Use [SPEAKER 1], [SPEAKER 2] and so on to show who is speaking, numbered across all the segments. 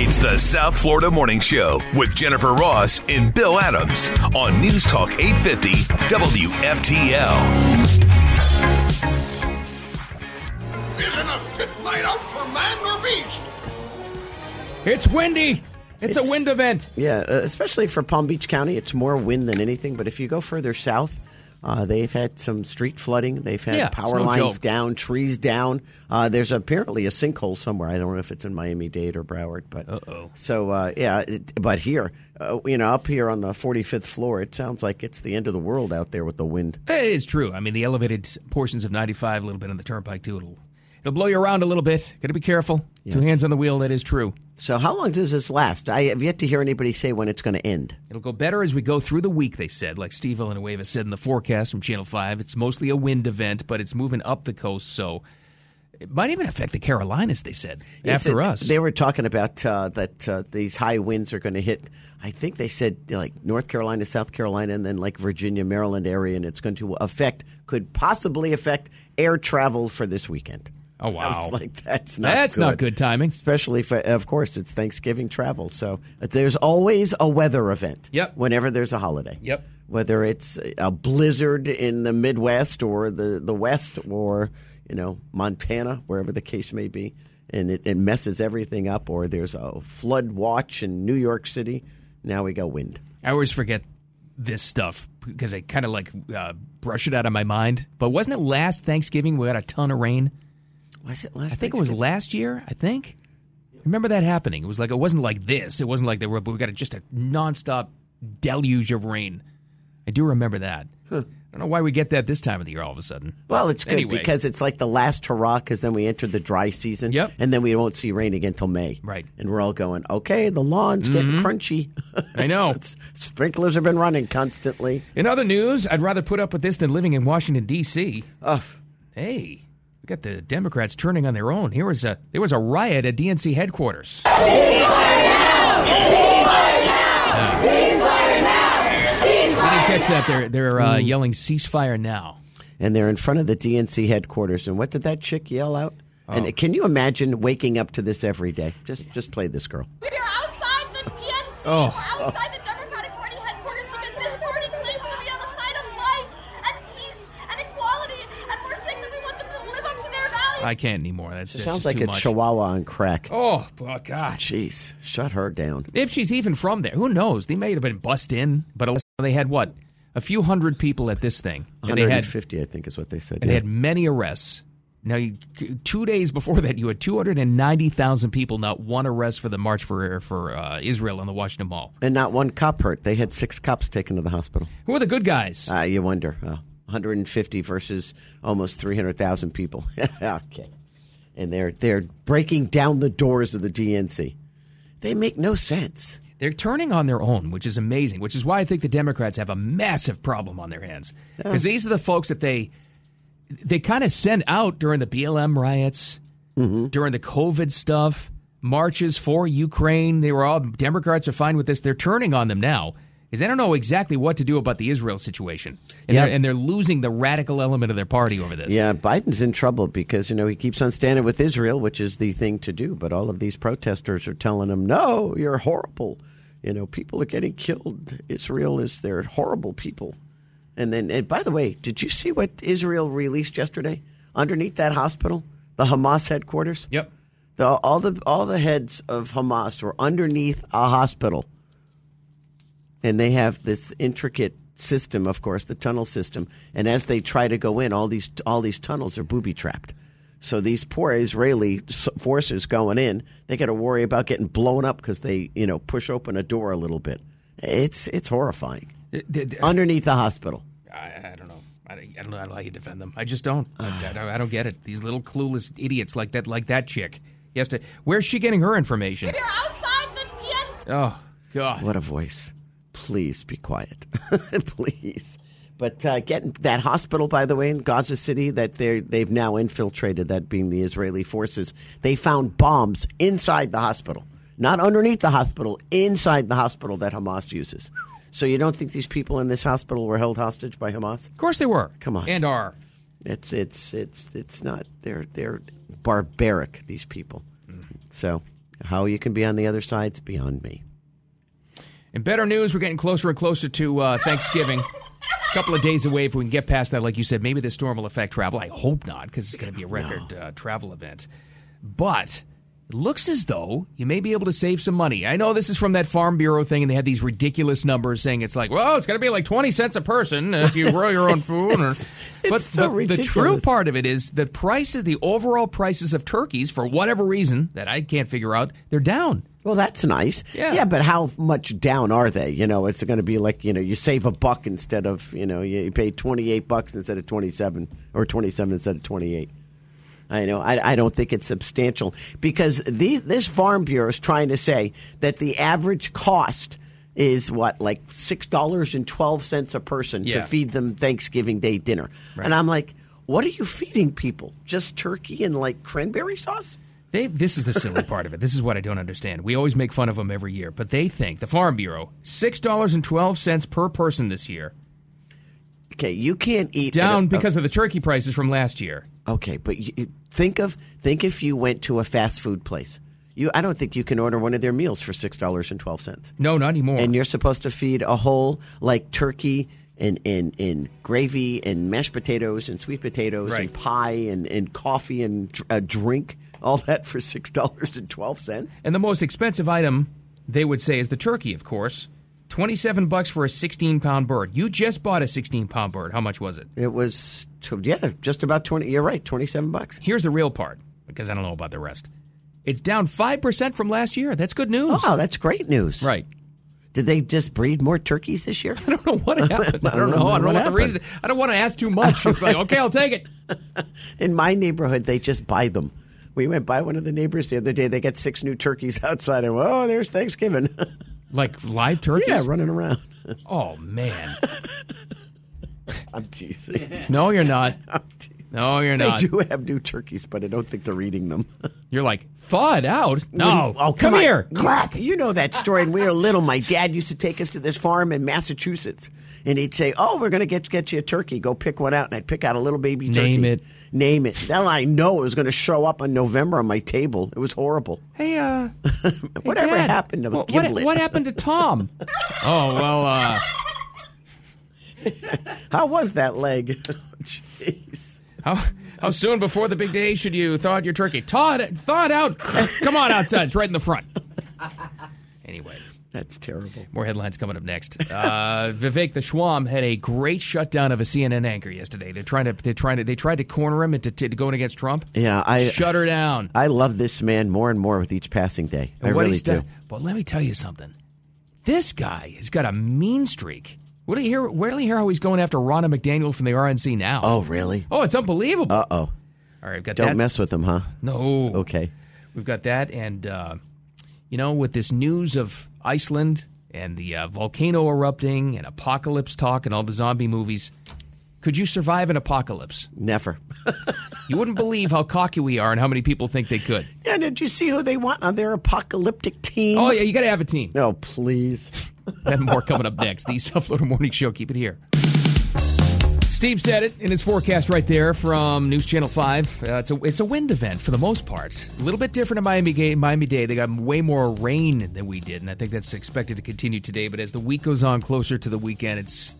[SPEAKER 1] It's the South Florida Morning Show with Jennifer Ross and Bill Adams on News Talk 850 WFTL.
[SPEAKER 2] Isn't a fit night out for man or beast?
[SPEAKER 3] It's windy. It's, a
[SPEAKER 4] It's-
[SPEAKER 3] wind event.
[SPEAKER 4] Yeah, uh, especially for Palm Beach County, it's more wind than anything. But if you go further south, uh, they've had some street flooding. They've had
[SPEAKER 3] Yeah, it's
[SPEAKER 4] power
[SPEAKER 3] no
[SPEAKER 4] lines
[SPEAKER 3] joke.
[SPEAKER 4] down, trees down. Uh, there's apparently a sinkhole somewhere. I don't know if it's in Miami Dade or Broward, but
[SPEAKER 3] Uh-oh.
[SPEAKER 4] so uh, yeah. It, but here, uh, you know, up here on the 45th floor, it sounds like it's the end of the world out there with the wind.
[SPEAKER 3] It is true. I mean, the elevated portions of 95, a little bit on the turnpike too. It'll it'll blow you around a little bit. Got to be careful. Two hands on the wheel. That is true.
[SPEAKER 4] So how long does this last? I have yet to hear anybody say when it's going to end.
[SPEAKER 3] It'll go better as we go through the week, they said. Like Steve Villanueva said in the forecast from Channel 5, it's mostly a wind event, but it's moving up the coast, so it might even affect the Carolinas, they said,
[SPEAKER 4] Yes,
[SPEAKER 3] after
[SPEAKER 4] it-
[SPEAKER 3] us.
[SPEAKER 4] They were talking about uh, that uh, these high winds are going to hit. I think they said like North Carolina, South Carolina, and then like Virginia, Maryland area, and it's going to affect, could possibly affect air travel for this weekend.
[SPEAKER 3] Oh, wow.
[SPEAKER 4] I was like that's not
[SPEAKER 3] That's
[SPEAKER 4] good.
[SPEAKER 3] not good timing.
[SPEAKER 4] Especially for, of course, it's Thanksgiving travel, so uh, there's always a weather event.
[SPEAKER 3] Yep.
[SPEAKER 4] Whenever there's a holiday.
[SPEAKER 3] Yep.
[SPEAKER 4] Whether it's a blizzard in the Midwest or the the West or you know Montana, wherever the case may be, and it, it messes everything up. Or there's a flood watch in New York City. Now we got wind.
[SPEAKER 3] I always forget this stuff because I kind of like uh, brush it out of my mind. But wasn't it last Thanksgiving we had a ton of rain?
[SPEAKER 4] Was it last?
[SPEAKER 3] I think it was last year. I think. I Remember that happening? It was like it wasn't like this. It wasn't like they were. But we got a, just a nonstop deluge of rain. I do remember that. I don't know why we get that this time of the year all of a sudden.
[SPEAKER 4] Well, it's good
[SPEAKER 3] Anyway.
[SPEAKER 4] because it's like the last hurrah because then we enter the dry season.
[SPEAKER 3] Yep.
[SPEAKER 4] And then we won't see rain again till May.
[SPEAKER 3] Right. Mm-hmm.
[SPEAKER 4] And we're all going, okay, the lawn's getting crunchy.
[SPEAKER 3] I know.
[SPEAKER 4] It's- Sprinklers have been running constantly.
[SPEAKER 3] In other news, I'd rather put up with this than living in Washington D.C.
[SPEAKER 4] Ugh.
[SPEAKER 3] Hey, we got the Democrats turning on their own. Here was a there was a riot at DNC headquarters. We didn't catch that. They're they're uh, yelling ceasefire now.
[SPEAKER 4] And they're in front of the DNC headquarters. And what did that chick yell out?
[SPEAKER 3] Oh.
[SPEAKER 4] And can you imagine waking up to this every day? Just just play this girl.
[SPEAKER 5] We are outside the DNC.
[SPEAKER 3] Oh.
[SPEAKER 5] We're outside the Democratic Party headquarters because this party claims to be on the side of life and peace and equality, and we're saying that we want them to live up to their values.
[SPEAKER 3] I can't anymore. That's, that's
[SPEAKER 4] Sounds
[SPEAKER 3] just
[SPEAKER 4] like
[SPEAKER 3] too
[SPEAKER 4] a
[SPEAKER 3] much.
[SPEAKER 4] chihuahua on crack.
[SPEAKER 3] Oh, oh gosh.
[SPEAKER 4] Jeez, shut her down.
[SPEAKER 3] If she's even from there, who knows? They may have been bussed in, but they had what? A few hundred people at this thing. And they had
[SPEAKER 4] 150, I think, is what they said.
[SPEAKER 3] and they
[SPEAKER 4] yeah.
[SPEAKER 3] had many arrests. Now, you, two days before that, you had 290,000 people, not one arrest for the March for for uh, Israel on the Washington Mall.
[SPEAKER 4] and not one cop hurt. They had six cops taken to the hospital.
[SPEAKER 3] Who are the good guys?
[SPEAKER 4] Ah, you wonder. Uh, 150 versus almost 300,000 people. okay. And they're they're breaking down the doors of the DNC. They make no sense.
[SPEAKER 3] They're turning on their own, which is amazing, which is why I think the Democrats have a massive problem on their hands. Because these are the folks that they they kind of sent out during the BLM riots,
[SPEAKER 4] Mm-hmm.
[SPEAKER 3] during the COVID stuff, marches for Ukraine. They were all Democrats are fine with this. They're turning on them now because they don't know exactly what to do about the Israel situation, and,
[SPEAKER 4] Yeah.
[SPEAKER 3] they're, and they're losing the radical element of their party over this.
[SPEAKER 4] Yeah, Biden's in trouble because you know he keeps on standing with Israel, which is the thing to do. But all of these protesters are telling him, "No, you're horrible. You know, people are getting killed. Israel is they're horrible people." And then, and by the way, did you see what Israel released yesterday underneath that hospital, the Hamas headquarters?
[SPEAKER 3] Yep.
[SPEAKER 4] The, all the all the heads of Hamas were underneath a hospital, and they have this intricate system, of course, the tunnel system. And as they try to go in, all these all these tunnels are booby trapped. So these poor Israeli s- forces going in, they got to worry about getting blown up because they you know push open a door a little bit. It's it's horrifying
[SPEAKER 3] D- d- d-
[SPEAKER 4] underneath the hospital.
[SPEAKER 3] I, I don't know. I, I don't know how you defend them. I just don't. I, I don't. I don't get it. These little clueless idiots like that, like that chick. Yes. to- Where's she getting her information?
[SPEAKER 5] we are outside the DNC.
[SPEAKER 3] Oh God.
[SPEAKER 4] What a voice. Please be quiet. Please. But uh, getting that hospital, by the way, in Gaza City, that they they've now infiltrated, that being the Israeli forces, they found bombs inside the hospital, not underneath the hospital, inside the hospital that Hamas uses. So you don't think these people in this hospital were held hostage by Hamas?
[SPEAKER 3] Of course they were.
[SPEAKER 4] Come on.
[SPEAKER 3] And are.
[SPEAKER 4] It's it's it's it's not. They're they're barbaric. These people. So How you can be on the other side's beyond me.
[SPEAKER 3] And better news, we're getting closer and closer to uh, Thanksgiving. A couple of days away if we can get past that, like you said, maybe this storm will affect travel. I hope not, because it's going to be a record uh, travel event. But it looks as though you may be able to save some money. I know this is from that Farm Bureau thing, and they had these ridiculous numbers saying it's like, well, it's going to be like 20 cents a person if you grow your own food. Or, but
[SPEAKER 4] so
[SPEAKER 3] but the true
[SPEAKER 4] ridiculous.
[SPEAKER 3] part of it is the prices, the overall prices of turkeys, for whatever reason that I can't figure out, they're down.
[SPEAKER 4] Well, that's nice.
[SPEAKER 3] Yeah.
[SPEAKER 4] but how much down are they? You know, it's going to be like you know, you save a buck instead of you know, you pay twenty eight bucks instead of twenty seven or twenty seven instead of twenty eight. I know. I, I don't think it's substantial because the, this Farm Bureau is trying to say that the average cost is what, like six dollars and twelve cents a person
[SPEAKER 3] Yeah.
[SPEAKER 4] to feed them Thanksgiving Day dinner, and I'm like, what are you feeding people? Just turkey and like cranberry sauce?
[SPEAKER 3] They, this is the silly part of it. This is what I don't understand. We always make fun of them every year, but they think the Farm Bureau six dollars and twelve cents per person this year,
[SPEAKER 4] Okay, you can't eat at
[SPEAKER 3] down
[SPEAKER 4] a- a-
[SPEAKER 3] because of the turkey prices from last year.
[SPEAKER 4] Okay, but you, you- think of think if you went to a fast food place. You, I don't think you can order one of their meals for six dollars and twelve cents.
[SPEAKER 3] No, not anymore.
[SPEAKER 4] And you're supposed to feed a whole like turkey and and, and gravy and mashed potatoes and sweet potatoes
[SPEAKER 3] Right.
[SPEAKER 4] and pie and, and coffee and dr- a drink, all that for six dollars and twelve cents.
[SPEAKER 3] and the most expensive item they would say is the turkey, of course. Twenty-seven bucks for a sixteen-pound bird. You just bought a sixteen-pound bird. How much was it?
[SPEAKER 4] It was tw- yeah, just about twenty. You're right, twenty seven bucks.
[SPEAKER 3] Here's the real part, because I don't know about the rest. It's down five percent from last year. That's good news.
[SPEAKER 4] Wow, that's great news.
[SPEAKER 3] Right.
[SPEAKER 4] Did they just breed more turkeys this year?
[SPEAKER 3] I don't know what happened. I don't know. I don't know what, the reason. I don't want to ask too much. It's like, okay, I'll take it.
[SPEAKER 4] In my neighborhood, they just buy them. We went by one of the neighbors the other day. They got six new turkeys outside, and oh, there's Thanksgiving.
[SPEAKER 3] Like live
[SPEAKER 4] yeah,
[SPEAKER 3] turkeys?
[SPEAKER 4] running around.
[SPEAKER 3] Oh man.
[SPEAKER 4] I'm teasing.
[SPEAKER 3] No, you're not.
[SPEAKER 4] I'm teasing.
[SPEAKER 3] No, you're
[SPEAKER 4] They
[SPEAKER 3] not.
[SPEAKER 4] do have new turkeys, but I don't think they're eating them.
[SPEAKER 3] You're like thawed out. No,
[SPEAKER 4] oh,
[SPEAKER 3] come,
[SPEAKER 4] on.
[SPEAKER 3] here.
[SPEAKER 4] Crack. You know that story. When we were little, my dad used to take us to this farm in Massachusetts, and he'd say, "Oh, we're going to get get you a turkey. Go pick one out." And I'd pick out a little baby turkey.
[SPEAKER 3] Name it.
[SPEAKER 4] Name it. Now I know it was going to show up on November on my table. It was horrible.
[SPEAKER 3] Hey, uh, hey,
[SPEAKER 4] Whatever
[SPEAKER 3] Dad.
[SPEAKER 4] happened to
[SPEAKER 3] Wha- what,
[SPEAKER 4] Gimlet?
[SPEAKER 3] What happened to Tom? oh well, uh,
[SPEAKER 4] How was that leg? Jeez.
[SPEAKER 3] how how soon before the big day should you thaw out your turkey? Thawed thawed out. Come on outside. It's right in the front. Anyway.
[SPEAKER 4] That's terrible.
[SPEAKER 3] More headlines coming up next. Uh, Vivek the Schwam had a great shutdown of a CNN anchor yesterday. They're trying to they're trying to they tried to corner him into, to going against Trump.
[SPEAKER 4] Yeah, I-
[SPEAKER 3] shut her down.
[SPEAKER 4] I love this man more and more with each passing day. I
[SPEAKER 3] And what
[SPEAKER 4] really
[SPEAKER 3] he's
[SPEAKER 4] do.
[SPEAKER 3] done- But let me tell you something. This guy has got a mean streak. What do you hear? Where do you hear how he's going after Ronna McDaniel from the RNC now?
[SPEAKER 4] Oh, really?
[SPEAKER 3] Oh, it's unbelievable.
[SPEAKER 4] Uh oh.
[SPEAKER 3] All right, we've got
[SPEAKER 4] Don't
[SPEAKER 3] that.
[SPEAKER 4] mess with him, huh?
[SPEAKER 3] No.
[SPEAKER 4] Okay.
[SPEAKER 3] We've got that, and uh, you know, with this news of Iceland and the uh, volcano erupting and apocalypse talk and all the zombie movies, could you survive an apocalypse?
[SPEAKER 4] Never.
[SPEAKER 3] You wouldn't believe how cocky we are and how many people think they could.
[SPEAKER 4] yeah, did you see who they want on their apocalyptic team?
[SPEAKER 3] Oh yeah, you got to have a team.
[SPEAKER 4] No, please.
[SPEAKER 3] and more coming up next. The South Florida Morning Show. Keep it here. Steve said it in his forecast right there from News Channel Five. Uh, it's a it's a wind event for the most part. A little bit different in Miami Miami Dade. They got way more rain than we did, and I think that's expected to continue today. But as the week goes on, closer to the weekend, it's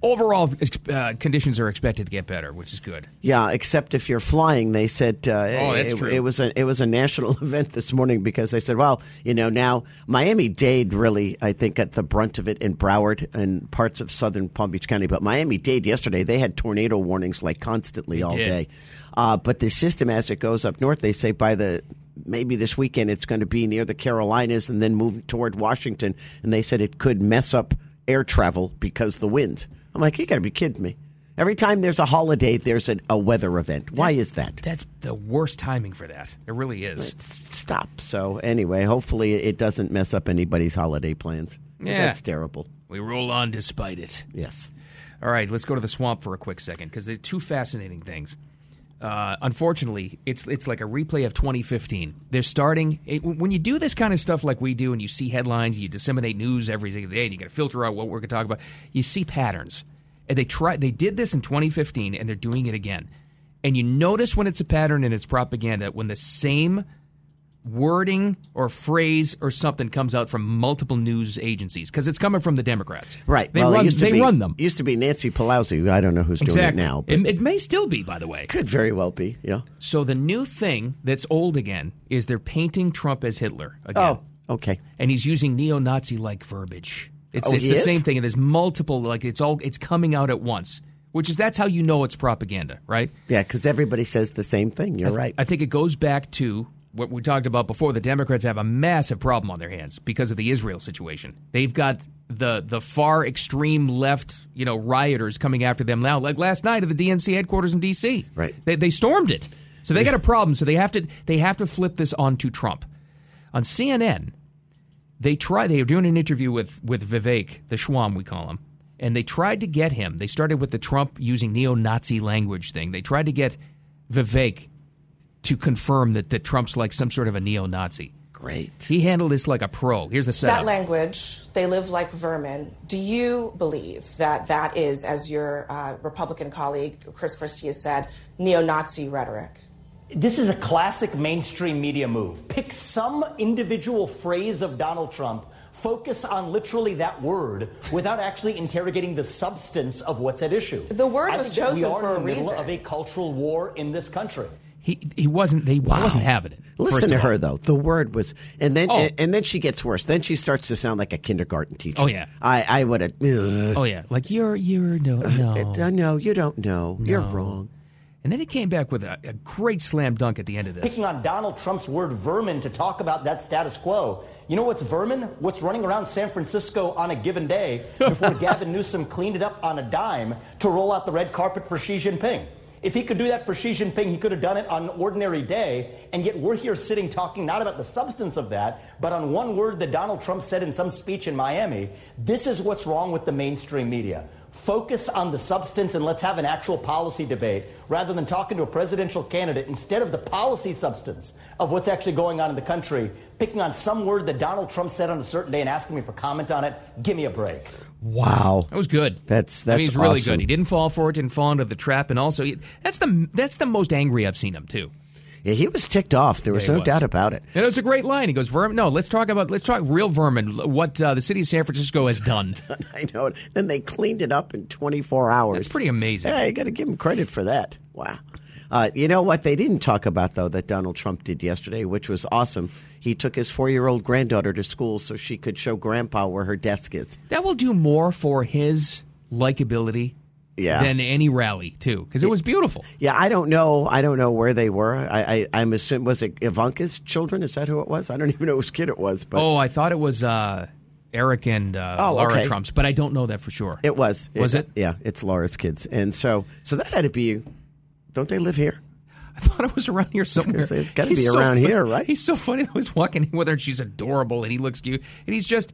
[SPEAKER 3] overall ex- uh, conditions are expected to get better, which is good.
[SPEAKER 4] Yeah, except if you're flying, they said. Uh, oh,
[SPEAKER 3] that's
[SPEAKER 4] it,
[SPEAKER 3] true.
[SPEAKER 4] It was a it was a national event this morning because they said, well, you know, now Miami Dade really, I think, got the brunt of it in Broward and parts of southern Palm Beach County, but Miami Dade yesterday they had tornado warnings like constantly all
[SPEAKER 3] did.
[SPEAKER 4] day. Uh, but the system as it goes up north, they say by the maybe this weekend it's going to be near the Carolinas and then move toward Washington, and they said it could mess up air travel because the winds. I'm like, you got to be kidding me. Every time there's a holiday, there's a, a weather event. Why is that?
[SPEAKER 3] That's the worst timing for that. It really is.
[SPEAKER 4] Stop. So anyway, hopefully it doesn't mess up anybody's holiday plans. 'Cause
[SPEAKER 3] Yeah.
[SPEAKER 4] that's terrible.
[SPEAKER 3] We roll on despite it.
[SPEAKER 4] Yes.
[SPEAKER 3] All right, let's go to the swamp for a quick second because there's two fascinating things. Uh, unfortunately, it's it's like a replay of 2015. They're starting it, when you do this kind of stuff like we do, and you see headlines, you disseminate news every single day, and you got to filter out what we're going to talk about. You see patterns, and they try. They did this in 2015, and they're doing it again. And you notice when it's a pattern and it's propaganda when the same wording or phrase or something comes out from multiple news agencies because it's coming from the Democrats.
[SPEAKER 4] Right.
[SPEAKER 3] They,
[SPEAKER 4] well, it
[SPEAKER 3] run,
[SPEAKER 4] used to
[SPEAKER 3] they
[SPEAKER 4] be,
[SPEAKER 3] run them.
[SPEAKER 4] Used to be Nancy Pelosi. I don't know who's
[SPEAKER 3] exactly.
[SPEAKER 4] doing it now, but
[SPEAKER 3] it, it may still be, by the way.
[SPEAKER 4] could very well be. Yeah.
[SPEAKER 3] So the new thing that's old again is they're painting Trump as Hitler again.
[SPEAKER 4] Oh, okay.
[SPEAKER 3] and he's using neo-Nazi like verbiage. It's,
[SPEAKER 4] Oh,
[SPEAKER 3] it's
[SPEAKER 4] he
[SPEAKER 3] the
[SPEAKER 4] is?
[SPEAKER 3] same thing, and there's multiple like it's all it's coming out at once, which is that's how you know it's propaganda, right?
[SPEAKER 4] Yeah, because everybody says the same thing. You're right.
[SPEAKER 3] I think it goes back to what we talked about before. The Democrats have a massive problem on their hands because of the Israel situation. They've got the the far extreme left, you know, rioters coming after them now. Like last night at the DNC headquarters in D.C.
[SPEAKER 4] Right.
[SPEAKER 3] They, they stormed it, so they got a problem. So they have to they have to flip this onto Trump. On CNN, they try they were doing an interview with with Vivek, the Schwam we call him, and they tried to get him. They started with the Trump using neo-Nazi language thing. They tried to get Vivek to confirm that, that Trump's like some sort of a neo-Nazi.
[SPEAKER 4] Great.
[SPEAKER 3] He handled this like a pro. Here's the setup.
[SPEAKER 6] That language, they live like vermin. Do you believe that that is, as your uh, Republican colleague Chris Christie has said, neo Nazi rhetoric?
[SPEAKER 7] This is a classic mainstream media move. Pick some individual phrase of Donald Trump, focus on literally that word without actually interrogating the substance of what's at issue.
[SPEAKER 6] The word
[SPEAKER 7] I
[SPEAKER 6] was
[SPEAKER 7] think that we
[SPEAKER 6] chosen
[SPEAKER 7] are
[SPEAKER 6] for
[SPEAKER 7] in
[SPEAKER 6] a
[SPEAKER 7] the middle
[SPEAKER 6] reason.
[SPEAKER 7] of a cultural war in this country.
[SPEAKER 3] he he wasn't they wasn't having it.
[SPEAKER 4] Listen
[SPEAKER 3] first
[SPEAKER 4] to
[SPEAKER 3] of all.
[SPEAKER 4] her though. The word was, and then
[SPEAKER 3] Oh.
[SPEAKER 4] and, then she gets worse. Then she starts to sound like a kindergarten teacher.
[SPEAKER 3] Oh, yeah.
[SPEAKER 4] I I would have.
[SPEAKER 3] Oh yeah, like you're you're no no.
[SPEAKER 4] No, you don't know. You're wrong.
[SPEAKER 3] And then he came back with a, a great slam dunk at the end of this.
[SPEAKER 7] Picking on Donald Trump's word vermin to talk about that status quo. You know what's vermin? What's running around San Francisco on a given day before Gavin Newsom cleaned it up on a dime to roll out the red carpet for Xi Jinping. If he could do that for Xi Jinping, he could have done it on an ordinary day. And yet we're here sitting talking not about the substance of that, but on one word that Donald Trump said in some speech in Miami. This is what's wrong with the mainstream media. Focus on the substance and let's have an actual policy debate rather than talking to a presidential candidate instead of the policy substance of what's actually going on in the country, picking on some word that Donald Trump said on a certain day and asking me for comment on it. Give me a break.
[SPEAKER 4] Wow.
[SPEAKER 3] That was good.
[SPEAKER 4] That's-
[SPEAKER 3] I mean,
[SPEAKER 4] that's
[SPEAKER 3] he's really
[SPEAKER 4] awesome.
[SPEAKER 3] good. He didn't fall for it. Didn't fall into the trap. And also, he- that's the that's the most angry I've seen him too.
[SPEAKER 4] Yeah, he was ticked off. There was
[SPEAKER 3] Yeah, he
[SPEAKER 4] no
[SPEAKER 3] was.
[SPEAKER 4] doubt about it.
[SPEAKER 3] And it was a great line. He goes, "Vermin, no, let's talk about let's talk real vermin. What uh, the city of San Francisco has done.
[SPEAKER 4] I know it. Then they cleaned it up in 24 hours.
[SPEAKER 3] That's pretty amazing.
[SPEAKER 4] Yeah, you got to give them credit for that. Wow. Uh, you know what they didn't talk about though that Donald Trump did yesterday, which was awesome. He took his four-year-old granddaughter to school so she could show Grandpa where her desk is.
[SPEAKER 3] That will do more for his likability
[SPEAKER 4] Yeah.
[SPEAKER 3] than any rally too, because it was beautiful.
[SPEAKER 4] Yeah, I don't know. I don't know where they were. I, I I'm assuming was it Ivanka's children? Is that who it was? I don't even know whose kid it was, but
[SPEAKER 3] Oh, I thought it was uh, Eric and uh,
[SPEAKER 4] Oh,
[SPEAKER 3] Laura
[SPEAKER 4] okay.
[SPEAKER 3] Trump's, but I don't know that for sure.
[SPEAKER 4] it was.
[SPEAKER 3] Was it?
[SPEAKER 4] Yeah, it's Laura's kids, and so so that had to be. Don't they live here?
[SPEAKER 3] I thought it was around here somewhere.
[SPEAKER 4] say, it's gotta
[SPEAKER 3] He's
[SPEAKER 4] be around
[SPEAKER 3] funny.
[SPEAKER 4] here, right?
[SPEAKER 3] He's so funny. I was walking in with her, and she's adorable, and he looks cute, and he's just.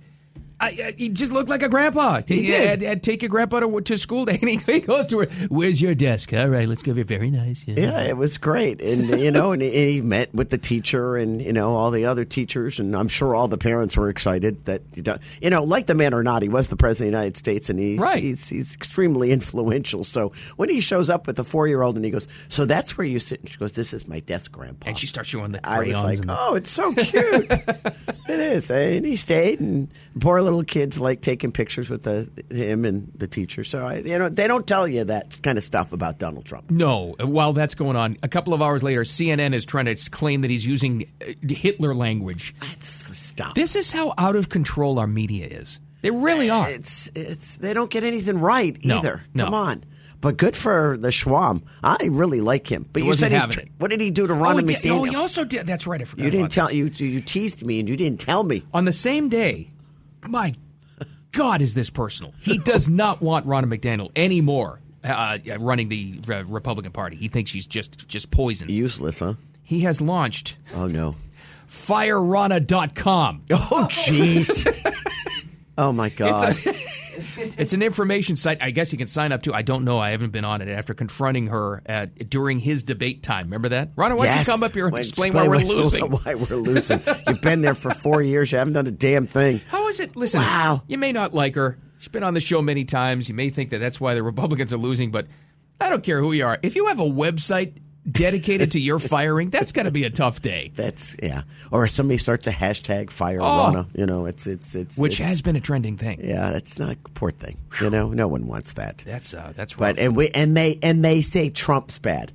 [SPEAKER 3] I, I, he just looked like a grandpa. He I'd,
[SPEAKER 4] did.
[SPEAKER 3] I'd take your grandpa to, to school day, and he, he goes to her. Where's your desk? All right, let's go. Very nice.
[SPEAKER 4] Yeah, it was great, and you know, and he, and he met with the teacher, and you know, all the other teachers, and I'm sure all the parents were excited that you don't- you know, like the man or not, he was the president of the United States, and he's
[SPEAKER 3] Right.
[SPEAKER 4] he's, he's extremely influential. So when he shows up with the four year old, and he goes, "So that's where you sit," and she goes, "This is my desk, Grandpa."
[SPEAKER 3] And she starts showing the
[SPEAKER 4] I was
[SPEAKER 3] crayons
[SPEAKER 4] like,
[SPEAKER 3] and the-
[SPEAKER 4] "Oh, it's so cute." it is, and he stayed, and poor little kids like taking pictures with the him and the teacher. So I, you know, they don't tell you that kind of stuff about Donald Trump.
[SPEAKER 3] No, while that's going on, a couple of hours later, CNN is trying to claim that he's using uh, Hitler language.
[SPEAKER 4] That's stop.
[SPEAKER 3] This is how out of control our media is. They really are.
[SPEAKER 4] It's it's they don't get anything right
[SPEAKER 3] No,
[SPEAKER 4] either.
[SPEAKER 3] no.
[SPEAKER 4] Come on. But good for the Schwam. I really like him. But
[SPEAKER 3] He
[SPEAKER 4] you
[SPEAKER 3] wasn't
[SPEAKER 4] said he's
[SPEAKER 3] having
[SPEAKER 4] tr-
[SPEAKER 3] it.
[SPEAKER 4] what did he do to
[SPEAKER 3] oh,
[SPEAKER 4] Ronald
[SPEAKER 3] he, did- oh,
[SPEAKER 4] McDaniel?
[SPEAKER 3] he also did. That's right. I forgot.
[SPEAKER 4] you
[SPEAKER 3] about
[SPEAKER 4] didn't tell
[SPEAKER 3] this.
[SPEAKER 4] you you teased me and you didn't tell me.
[SPEAKER 3] on the same day, my God, is this personal? He does not want Ronna McDaniel anymore uh, running the uh, Republican Party. He thinks she's just just poison.
[SPEAKER 4] Useless, huh?
[SPEAKER 3] He has launched
[SPEAKER 4] Oh no.
[SPEAKER 3] FireRonna.com.
[SPEAKER 4] Oh jeez. oh my god.
[SPEAKER 3] It's an information site. I guess you can sign up to. I don't know. I haven't been on it after confronting her at, during his debate time. Remember that, Ronna? Why don't
[SPEAKER 4] Yes.
[SPEAKER 3] you come up here and
[SPEAKER 4] Wait,
[SPEAKER 3] explain, why we're losing?
[SPEAKER 4] Why we're losing. You've been there for four years. You haven't done a damn thing.
[SPEAKER 3] How is it? Listen,
[SPEAKER 4] Wow.
[SPEAKER 3] you may not like her. She's been on the show many times. You may think that that's why the Republicans are losing, but I don't care who you are. If you have a website dedicated to your firing, that's got to be a tough day.
[SPEAKER 4] That's yeah. Or somebody starts a hashtag fire
[SPEAKER 3] Oh.
[SPEAKER 4] Rona. You know, it's it's it's
[SPEAKER 3] Which
[SPEAKER 4] it's-
[SPEAKER 3] has been a trending thing.
[SPEAKER 4] yeah. That's not a poor thing. You know, no one wants that.
[SPEAKER 3] That's uh, that's rough.
[SPEAKER 4] But and we and they and they say Trump's bad.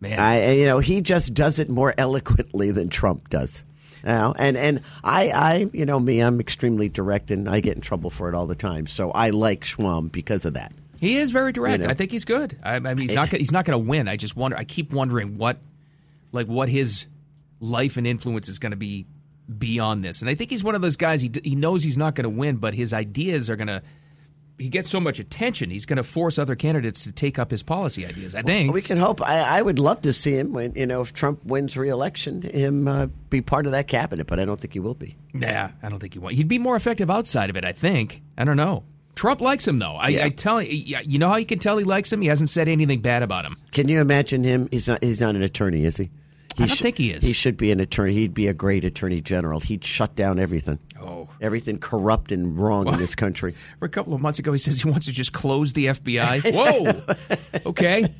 [SPEAKER 3] man.
[SPEAKER 4] I and, you know he just does it more eloquently than Trump does. Now and and I I you know me I'm extremely direct and I get in trouble for it all the time. So I like Schwam because of that.
[SPEAKER 3] He is very direct.
[SPEAKER 4] know. Eh.
[SPEAKER 3] I think he's good. I, I mean, he's not. gonna- He's not going to win. I just wonder. I keep wondering what, like, what his life and influence is going to be beyond this. And I think he's one of those guys. He d- he knows he's not going to win, but his ideas are going to. He gets so much attention. He's going to force other candidates to take up his policy ideas. I think.
[SPEAKER 4] We can hope. I, I would love to see him when you know if Trump wins re-election, him uh, be part of that cabinet. But I don't think he will be.
[SPEAKER 3] Nah, I don't think he won. He'd be more effective outside of it. I think. I don't know. Trump likes him though. I, I tell you, you know how you can tell he likes him. He hasn't said anything bad about him.
[SPEAKER 4] Can you imagine him? He's not. He's not an attorney, is he?
[SPEAKER 3] I don't think he is.
[SPEAKER 4] He should be an attorney. He'd be a great attorney general. He'd shut down everything.
[SPEAKER 3] Oh.
[SPEAKER 4] everything corrupt and wrong in this country.
[SPEAKER 3] A couple of months ago, he says he wants to just close the FBI. Whoa. okay.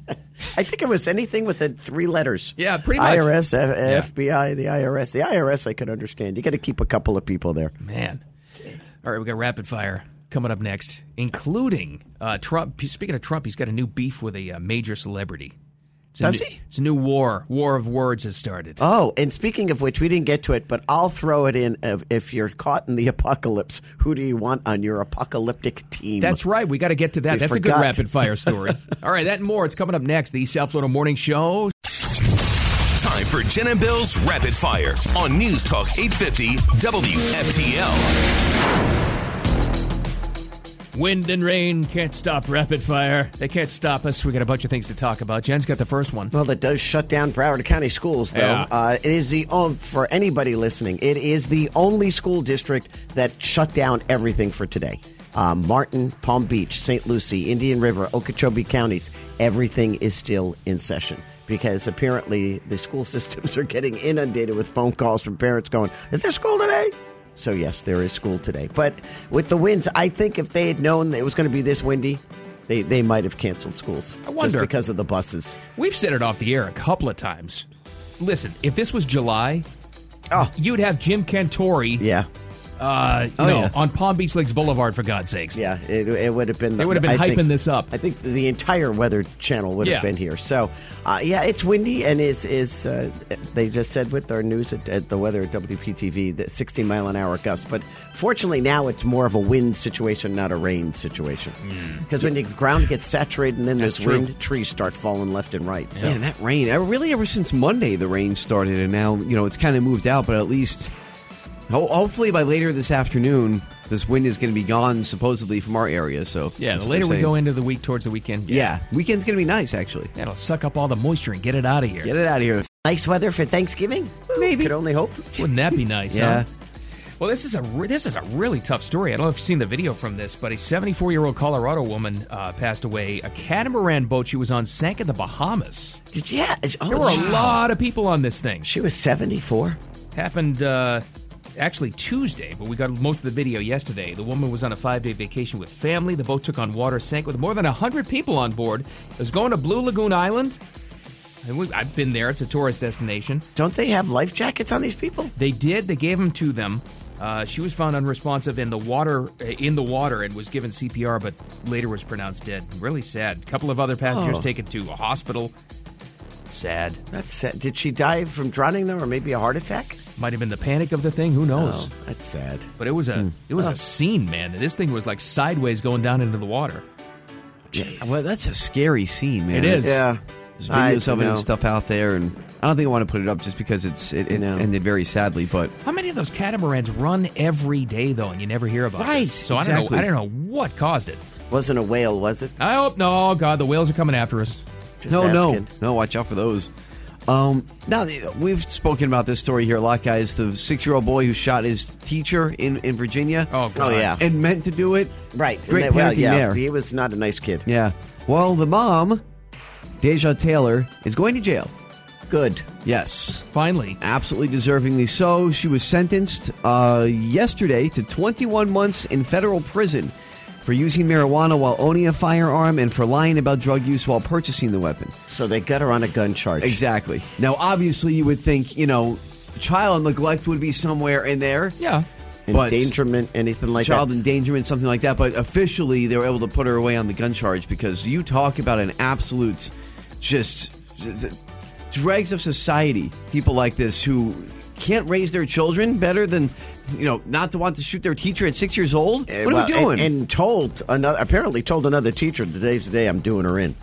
[SPEAKER 4] I think it was anything within three letters.
[SPEAKER 3] Yeah, pretty much.
[SPEAKER 4] IRS, F-
[SPEAKER 3] Yeah.
[SPEAKER 4] FBI, the IRS. The IRS, I could understand. You got to keep a couple of people there.
[SPEAKER 3] Man. All right, we got rapid fire coming up next, including uh, Trump. Speaking of Trump, he's got a new beef with a uh, major celebrity. It's a
[SPEAKER 4] Does
[SPEAKER 3] new-
[SPEAKER 4] he?
[SPEAKER 3] It's a new war. War of words has started.
[SPEAKER 4] Oh, and speaking of which, we didn't get to it, but I'll throw it in. If, if you're caught in the apocalypse, who do you want on your apocalyptic team?
[SPEAKER 3] That's right. We got to get to that.
[SPEAKER 4] We
[SPEAKER 3] That's a
[SPEAKER 4] forgot.
[SPEAKER 3] good rapid fire story. All right, that and more. It's coming up next. The South Florida Morning Show.
[SPEAKER 1] Time for Jen and Bill's Rapid Fire on News Talk 850 WFTL.
[SPEAKER 3] Wind and rain can't stop rapid fire. They can't stop us. We got a bunch of things to talk about. Jen's got the first one.
[SPEAKER 4] Well, that does shut down Broward County schools, though.
[SPEAKER 3] Yeah.
[SPEAKER 4] Uh, it is the on- for anybody listening. It is the only school district that shut down everything for today. Uh, Martin, Palm Beach, St. Lucie, Indian River, Okeechobee counties. Everything is still in session because apparently the school systems are getting inundated with phone calls from parents going, "Is there school today?" So yes, there is school today. But with the winds, I think if they had known it was going to be this windy, they they might have canceled schools
[SPEAKER 3] I wonder.
[SPEAKER 4] just because of the buses.
[SPEAKER 3] We've said it off the air a couple of times. Listen, if this was July,
[SPEAKER 4] Oh.
[SPEAKER 3] you'd have Jim Cantori
[SPEAKER 4] Yeah.
[SPEAKER 3] uh,
[SPEAKER 4] Oh,
[SPEAKER 3] no,
[SPEAKER 4] yeah.
[SPEAKER 3] on Palm Beach Lakes Boulevard, for God's sakes.
[SPEAKER 4] Yeah, it, it would have been.
[SPEAKER 3] They would have been
[SPEAKER 4] I
[SPEAKER 3] hyping this up.
[SPEAKER 4] I think the entire Weather Channel would
[SPEAKER 3] Yeah.
[SPEAKER 4] have been here. So, uh, yeah, it's windy and is is. Uh, they just said with our news at, at the weather at WPTV that 60 mile an hour gust. But fortunately, now it's more of a wind situation, not a rain situation. Because when the ground gets saturated and then
[SPEAKER 3] Hmm. That's
[SPEAKER 4] there's
[SPEAKER 3] true.
[SPEAKER 4] wind, trees start falling left and right. So.
[SPEAKER 8] Man, that rain. uh, Really, ever since Monday, the rain started, and now, you know, it's kind of moved out, but at least ho- hopefully by later this afternoon, this wind is going to be gone, supposedly, from our area. So,
[SPEAKER 3] Yeah,
[SPEAKER 8] that's
[SPEAKER 3] the
[SPEAKER 8] what
[SPEAKER 3] later
[SPEAKER 8] they're
[SPEAKER 3] we
[SPEAKER 8] saying.
[SPEAKER 3] go into the week towards the weekend,
[SPEAKER 8] Yeah. Weekend's going to be nice, actually.
[SPEAKER 3] that'll suck up all the moisture and get it out of here.
[SPEAKER 8] Get it out of here.
[SPEAKER 4] Nice weather for Thanksgiving. Maybe could only hope.
[SPEAKER 3] Wouldn't that be nice?
[SPEAKER 8] Yeah.
[SPEAKER 3] huh? Well, this is a re- this is a really tough story. I don't know if you've seen the video from this, but a 74 year old Colorado woman uh, passed away. A catamaran boat she was on sank in the Bahamas.
[SPEAKER 4] Did, yeah, oh,
[SPEAKER 3] There were a
[SPEAKER 4] wow.
[SPEAKER 3] lot of people on this thing.
[SPEAKER 4] She was 74.
[SPEAKER 3] happened uh, actually Tuesday, but we got most of the video yesterday. The woman was on a five day vacation with family. The boat took on water, sank with more than 100 people on board. It was going to Blue Lagoon Island. And we, I've been there, it's a tourist destination.
[SPEAKER 4] Don't they have life jackets on these people?
[SPEAKER 3] They did, they gave them to them. Uh, she was found unresponsive in the water uh, in the water and was given CPR, but later was pronounced dead. Really sad. A couple of other passengers
[SPEAKER 4] Oh.
[SPEAKER 3] taken to a hospital. Sad.
[SPEAKER 4] That's sad. Did she die from drowning them, or maybe a heart attack? Oh,
[SPEAKER 3] Might have been the panic of the thing. Who
[SPEAKER 8] Oh,
[SPEAKER 3] knows?
[SPEAKER 4] that's sad.
[SPEAKER 3] But it was a it was a scene, man. This thing was like sideways going down into the water.
[SPEAKER 8] Well, that's a scary scene, man.
[SPEAKER 3] It is.
[SPEAKER 4] Yeah,
[SPEAKER 8] There's
[SPEAKER 4] I
[SPEAKER 8] videos of it
[SPEAKER 4] know.
[SPEAKER 8] and stuff out there, and I don't think I want to put it up just because it's it, it
[SPEAKER 4] No.
[SPEAKER 8] ended very sadly, but
[SPEAKER 3] How many of those catamarans run every day though, and you never hear about it?
[SPEAKER 8] Right,
[SPEAKER 3] So
[SPEAKER 8] exactly.
[SPEAKER 3] I don't know. I don't know what caused it.
[SPEAKER 4] Wasn't a whale, was it?
[SPEAKER 3] I hope no. God, the whales are coming after us.
[SPEAKER 4] Just
[SPEAKER 8] no,
[SPEAKER 4] asking.
[SPEAKER 8] no, no. Watch out for those. Um, now the- we've spoken about this story here a lot, guys. The six-year-old boy who shot his teacher in in Virginia.
[SPEAKER 3] Oh, God.
[SPEAKER 4] yeah.
[SPEAKER 8] and meant to do it.
[SPEAKER 4] Right.
[SPEAKER 8] Great
[SPEAKER 4] And that- well,
[SPEAKER 8] parenting
[SPEAKER 4] yeah,
[SPEAKER 8] there.
[SPEAKER 4] He was not a nice kid.
[SPEAKER 8] Yeah. Well, the mom, Deja Taylor, is going to jail.
[SPEAKER 4] Good.
[SPEAKER 8] Yes.
[SPEAKER 3] Finally,
[SPEAKER 8] Absolutely deservingly so. She was sentenced uh, yesterday to 21 months in federal prison for using marijuana while owning a firearm, and for lying about drug use while purchasing the weapon.
[SPEAKER 4] So they got her on a gun charge.
[SPEAKER 8] Exactly. Now, obviously, you would think, you know, child neglect would be somewhere in there.
[SPEAKER 3] Yeah.
[SPEAKER 8] but-
[SPEAKER 4] Endangerment, anything like
[SPEAKER 8] child
[SPEAKER 4] that.
[SPEAKER 8] endangerment, something like that. But officially, they were able to put her away on the gun charge because you talk about an absolute just dregs of society. People like this who can't raise their children better than you know not to want to shoot their teacher at six years old.
[SPEAKER 4] Eh,
[SPEAKER 8] what are
[SPEAKER 4] well,
[SPEAKER 8] we doing?
[SPEAKER 4] And, and told another, apparently told another teacher, today's the day I'm doing her in.